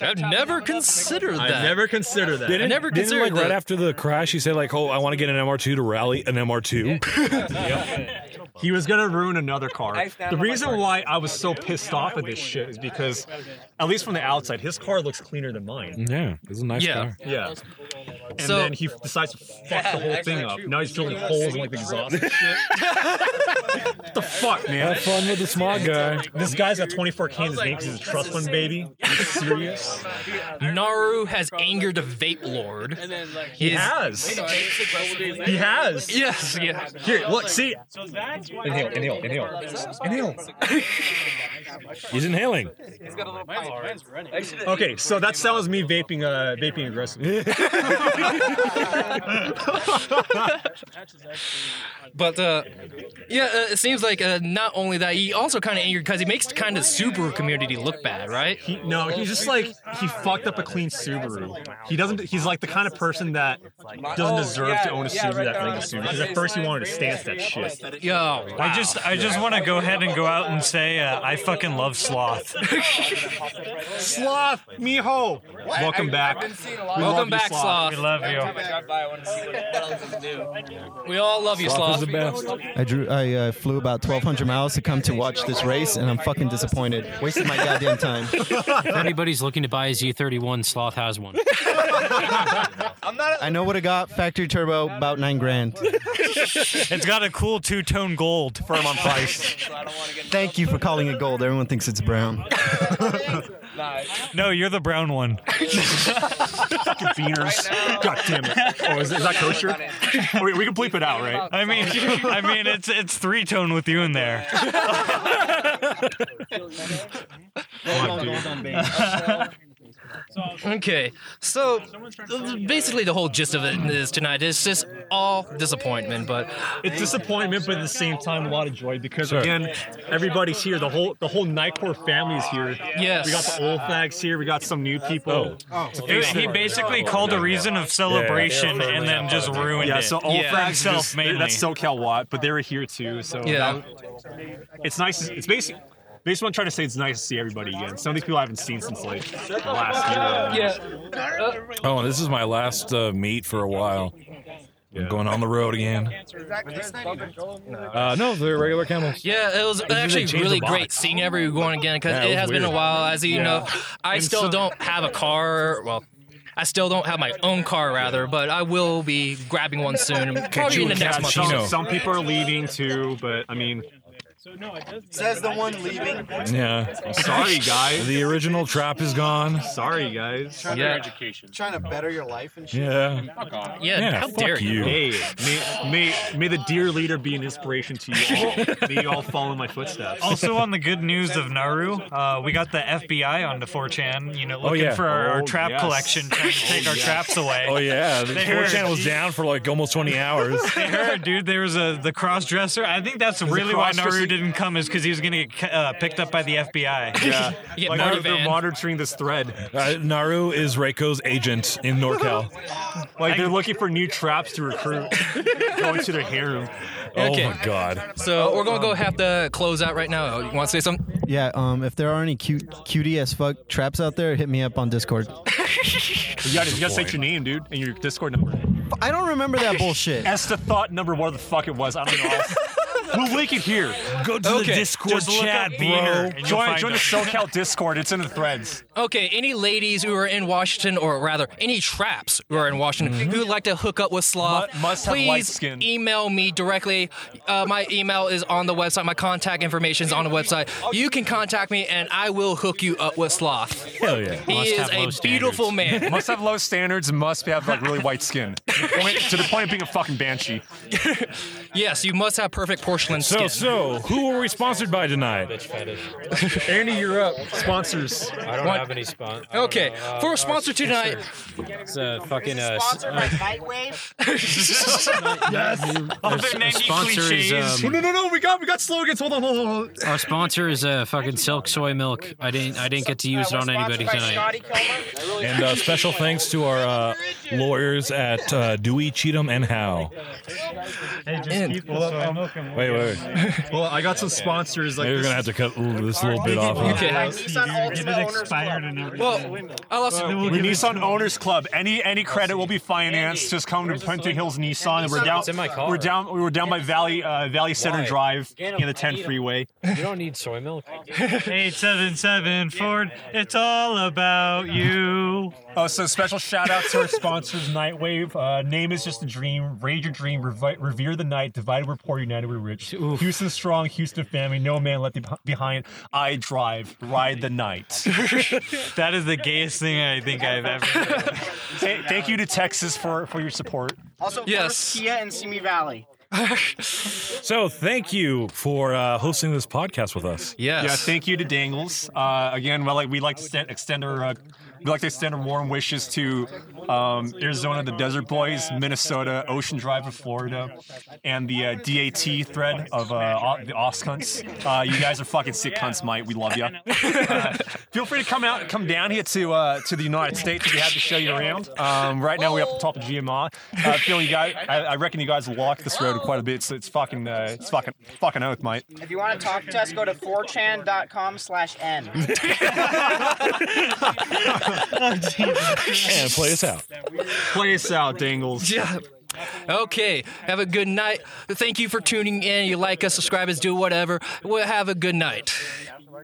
Speaker 1: I've never considered that.
Speaker 8: I never considered that.
Speaker 1: I never
Speaker 7: Didn't
Speaker 1: considered
Speaker 7: like right
Speaker 1: that.
Speaker 7: after the crash, he said like, "Oh, I want to get an MR2 to rally an MR2."
Speaker 8: He was gonna ruin another car.
Speaker 11: stand
Speaker 8: The
Speaker 11: on my
Speaker 8: reason
Speaker 11: part.
Speaker 8: why I was so pissed off at this shit is because, at least from the outside, his car looks cleaner than mine.
Speaker 7: yeah, it's a nice
Speaker 1: Yeah.
Speaker 7: car.
Speaker 8: Yeah. And
Speaker 1: So-
Speaker 8: then he f- decides to fuck the whole thing up. Now he's drilling holes in like the exhaust. and shit. what the fuck, man?
Speaker 7: Have fun with the smog guy.
Speaker 8: This guy's got 24k in his name because he's a trust fund baby. Are you serious?
Speaker 1: Naru has angered a vape lord.
Speaker 8: He has. He has.
Speaker 1: Yes, yeah.
Speaker 8: Here, look, see. Inhale, inhale, inhale. Inhale.
Speaker 7: He's inhaling.
Speaker 8: Okay, so that sounds me vaping, uh, vaping aggressively.
Speaker 1: But uh, yeah, uh, it seems like uh, not only that, he also kind of angered because he makes kind of Subaru community look bad, right?
Speaker 8: He, no, he's just like he fucked up a clean Subaru. He doesn't. He's like the kind of person that
Speaker 1: Oh,
Speaker 8: doesn't deserve to own a Subaru that like a Subaru. Because at first he wanted to stance that shit.
Speaker 1: Yo,
Speaker 6: I
Speaker 1: wow.
Speaker 6: just, I just want to go ahead and go out and say, uh, I fucking love sloth.
Speaker 8: Sloth, mijo, welcome back. We love
Speaker 1: welcome
Speaker 8: you,
Speaker 1: back, Sloth.
Speaker 6: we love you.
Speaker 1: We all love you,
Speaker 7: Sloth
Speaker 1: Sloth.
Speaker 7: is the best.
Speaker 2: I drew. I uh, flew about 1,200 miles to come to watch this race, and I'm fucking disappointed. Wasted my goddamn time.
Speaker 12: If anybody's looking to buy a Z31, Sloth has one.
Speaker 2: I know what I got. Factory turbo, about nine grand.
Speaker 6: It's got a cool two-tone gold firm on price.
Speaker 2: Thank you for calling it gold. Everyone thinks it's brown.
Speaker 3: No, you're the brown one.
Speaker 8: Fucking beaners. God damn it. Oh, is, is that kosher? we, we can bleep it out, right?
Speaker 3: I mean, I mean, it's it's three tone with you in there.
Speaker 1: Okay, so th- basically the whole gist of it is tonight is just all disappointment, but
Speaker 8: It's disappointment, but at the same time, a lot of joy because again, everybody's here. The whole the whole Nightcore family is here.
Speaker 1: Yes.
Speaker 8: we got the old fags here. We got some new people. Oh,
Speaker 3: He, he basically called a reason of celebration and then just ruined
Speaker 8: yeah,
Speaker 3: it.
Speaker 8: so old
Speaker 3: for
Speaker 8: fags
Speaker 3: himself
Speaker 8: just,
Speaker 3: mainly.
Speaker 8: that's SoCal Watt, but they were here too. So
Speaker 3: Yeah.
Speaker 8: that- it's nice. It's basically. Basically, what I'm trying to say it's nice to see everybody again. Some of these people I haven't seen since like last year.
Speaker 7: Oh, this is my last uh, meet for a while. I'm going on the road again. Uh, no, they're regular camels.
Speaker 1: Yeah, it was
Speaker 7: Usually
Speaker 1: actually
Speaker 7: change the
Speaker 1: really
Speaker 7: box.
Speaker 1: great seeing everyone again because
Speaker 7: Yeah, it
Speaker 1: it,
Speaker 7: was
Speaker 1: has been a
Speaker 7: weird.
Speaker 1: while. As you
Speaker 7: Yeah.
Speaker 1: know, I
Speaker 7: And
Speaker 1: still
Speaker 7: so-
Speaker 1: don't have a car. Well, I still don't have my own car, rather, but I will be grabbing one soon. Probably in the next month.
Speaker 8: some, some people are leaving too, but I mean,
Speaker 11: Says the one leaving.
Speaker 7: Yeah.
Speaker 8: Sorry, guys.
Speaker 7: The original trap is gone.
Speaker 8: Sorry, guys.
Speaker 11: Trying to, trying to better your life and shit.
Speaker 7: Yeah.
Speaker 11: Fuck off.
Speaker 1: Yeah,
Speaker 7: Yeah,
Speaker 1: how
Speaker 7: fuck
Speaker 1: dare you?
Speaker 7: you.
Speaker 8: Hey, may, may, may the dear leader be an inspiration to you all. May you all follow my footsteps.
Speaker 3: Also, on the good news of Naru, uh, we got the FBI onto 4chan. You know,
Speaker 7: Oh,
Speaker 3: looking
Speaker 7: yeah.
Speaker 3: for our, our
Speaker 7: Oh,
Speaker 3: trap
Speaker 7: yes.
Speaker 3: collection, trying to take our traps away.
Speaker 7: Oh yeah, the
Speaker 3: They
Speaker 7: 4chan
Speaker 3: heard-
Speaker 7: was down for like almost 20 hours.
Speaker 3: They heard, dude, there was a the cross dresser. I think that's really why Naru
Speaker 8: cross-dresser-
Speaker 3: didn't come, is because he was gonna get ca- uh, picked up by the FBI.
Speaker 8: Yeah,
Speaker 1: Yeah,
Speaker 8: like they're,
Speaker 1: motor
Speaker 8: they're
Speaker 1: van.
Speaker 8: monitoring this thread.
Speaker 7: Uh, Naru is Reiko's agent in NorCal.
Speaker 8: Like they're looking for new traps to recruit, going to their harem.
Speaker 1: Okay.
Speaker 7: Oh my god.
Speaker 1: So we're gonna go have to close out right now. Oh, You want to say something?
Speaker 13: Yeah, um, if there are any cute, cutie as fuck traps out there, hit me up on Discord.
Speaker 8: You gotta, you gotta say your name, dude, and your Discord number.
Speaker 13: I don't remember that bullshit.
Speaker 8: Esta thought number what the fuck it was. I don't know. we'll link it here.
Speaker 7: Go to
Speaker 1: Okay,
Speaker 7: the Discord
Speaker 3: just look
Speaker 7: chat,
Speaker 3: up Beaner
Speaker 7: bro.
Speaker 3: and you'll
Speaker 8: Join,
Speaker 3: find
Speaker 8: join the
Speaker 3: us.
Speaker 8: SoCal Discord. It's in the threads.
Speaker 1: Okay, any ladies who are in Washington, or rather, any traps who are in Washington who would like to hook up with Sloth,
Speaker 8: Mu- must have
Speaker 1: please
Speaker 8: light skin.
Speaker 1: email me directly. Uh, my email is on the website. My contact information is on the website. You can contact me, and I will hook you up with Sloth.
Speaker 7: Hell yeah.
Speaker 1: He
Speaker 12: Must
Speaker 1: is
Speaker 12: have low
Speaker 1: a beautiful man.
Speaker 8: Must have low standards. and Must have like really white skin. To the point, to the point of being a fucking banshee.
Speaker 1: yes, you must have perfect porcelain
Speaker 7: So,
Speaker 1: skin.
Speaker 7: so, who are we sponsored by tonight?
Speaker 8: Andy, you're up. Sponsors.
Speaker 12: I don't
Speaker 1: What?
Speaker 12: have any sponsor.
Speaker 1: Okay, for a sponsor tonight,
Speaker 12: It's a fucking uh, s-
Speaker 4: Sponsored by Nightwave.
Speaker 3: Other 90
Speaker 12: sponsor is,
Speaker 3: cliches.
Speaker 12: um,
Speaker 8: No, no, no. We got we got slogans. Hold on, hold on, hold on.
Speaker 12: our sponsor is uh, fucking Silk Soy Milk. I didn't I didn't get to
Speaker 4: Uh,
Speaker 12: use it on anybody tonight.
Speaker 4: Scotty Comer.
Speaker 7: And uh, special thanks to our uh, lawyers at uh, Dewey, Cheatham, and Howe.
Speaker 3: Hey, just
Speaker 1: And-
Speaker 3: keep this soy milk and
Speaker 7: Wait, wait, wait. Maybe
Speaker 8: Well, I got some sponsors. Like
Speaker 7: we're
Speaker 8: this-
Speaker 7: gonna have to cut ooh, this little bit off.
Speaker 1: Okay.
Speaker 3: Get
Speaker 1: Like
Speaker 3: it expired and everything.
Speaker 1: well, I lost.
Speaker 8: We're Nissan Owners Club. Any any credit will be financed. Just come to Puente Hills Nissan. And we're down.
Speaker 12: It's in my car.
Speaker 8: We're down. We were down by Valley uh, Valley Center
Speaker 12: Why?
Speaker 8: Drive
Speaker 12: Get 'em.
Speaker 8: in the 10 freeway.
Speaker 12: You don't need soy milk.
Speaker 3: 877 Ford, it's all about you.
Speaker 8: Oh, so special shout out to our sponsors, Nightwave. Uh, name is just a dream. Rage your dream. Revi- revere the night. Divided we're poor. United we're rich. Houston strong. Houston family. No man left beh- behind. I drive. Ride the night.
Speaker 3: That is the gayest thing I think I've ever heard.
Speaker 8: Th- thank you to Texas for for your support.
Speaker 4: Also,
Speaker 1: Yes.
Speaker 4: first Kia and Simi Valley.
Speaker 7: So, thank you for uh, hosting this podcast with us.
Speaker 1: Yes.
Speaker 8: Yeah, thank you to Dangles. Uh, again, well, like we like to extend, extend our uh, we like to extend our warm wishes to um, Arizona, the Desert Boys, Minnesota, Ocean Drive of Florida, and the uh, DAT thread of uh, o- the Offs Cunts. Uh, you guys are fucking sick cunts, mate. We love you. Uh, feel free to come out, come down here to uh, to the United States. We have to show you around. Um, right now, we're up the top of GMR. Uh, feel you guys. I, I reckon you guys will like this road quite a bit. So it's fucking, uh, it's fucking, fucking oath, mate.
Speaker 4: If you want to talk to us, go to 4chan.com slash N.
Speaker 7: And play us out.
Speaker 8: Play us out, Dangles.
Speaker 1: Yeah. Okay. Have a good night. Thank you for tuning in. You like us, subscribe us, do whatever. Well, have a good night.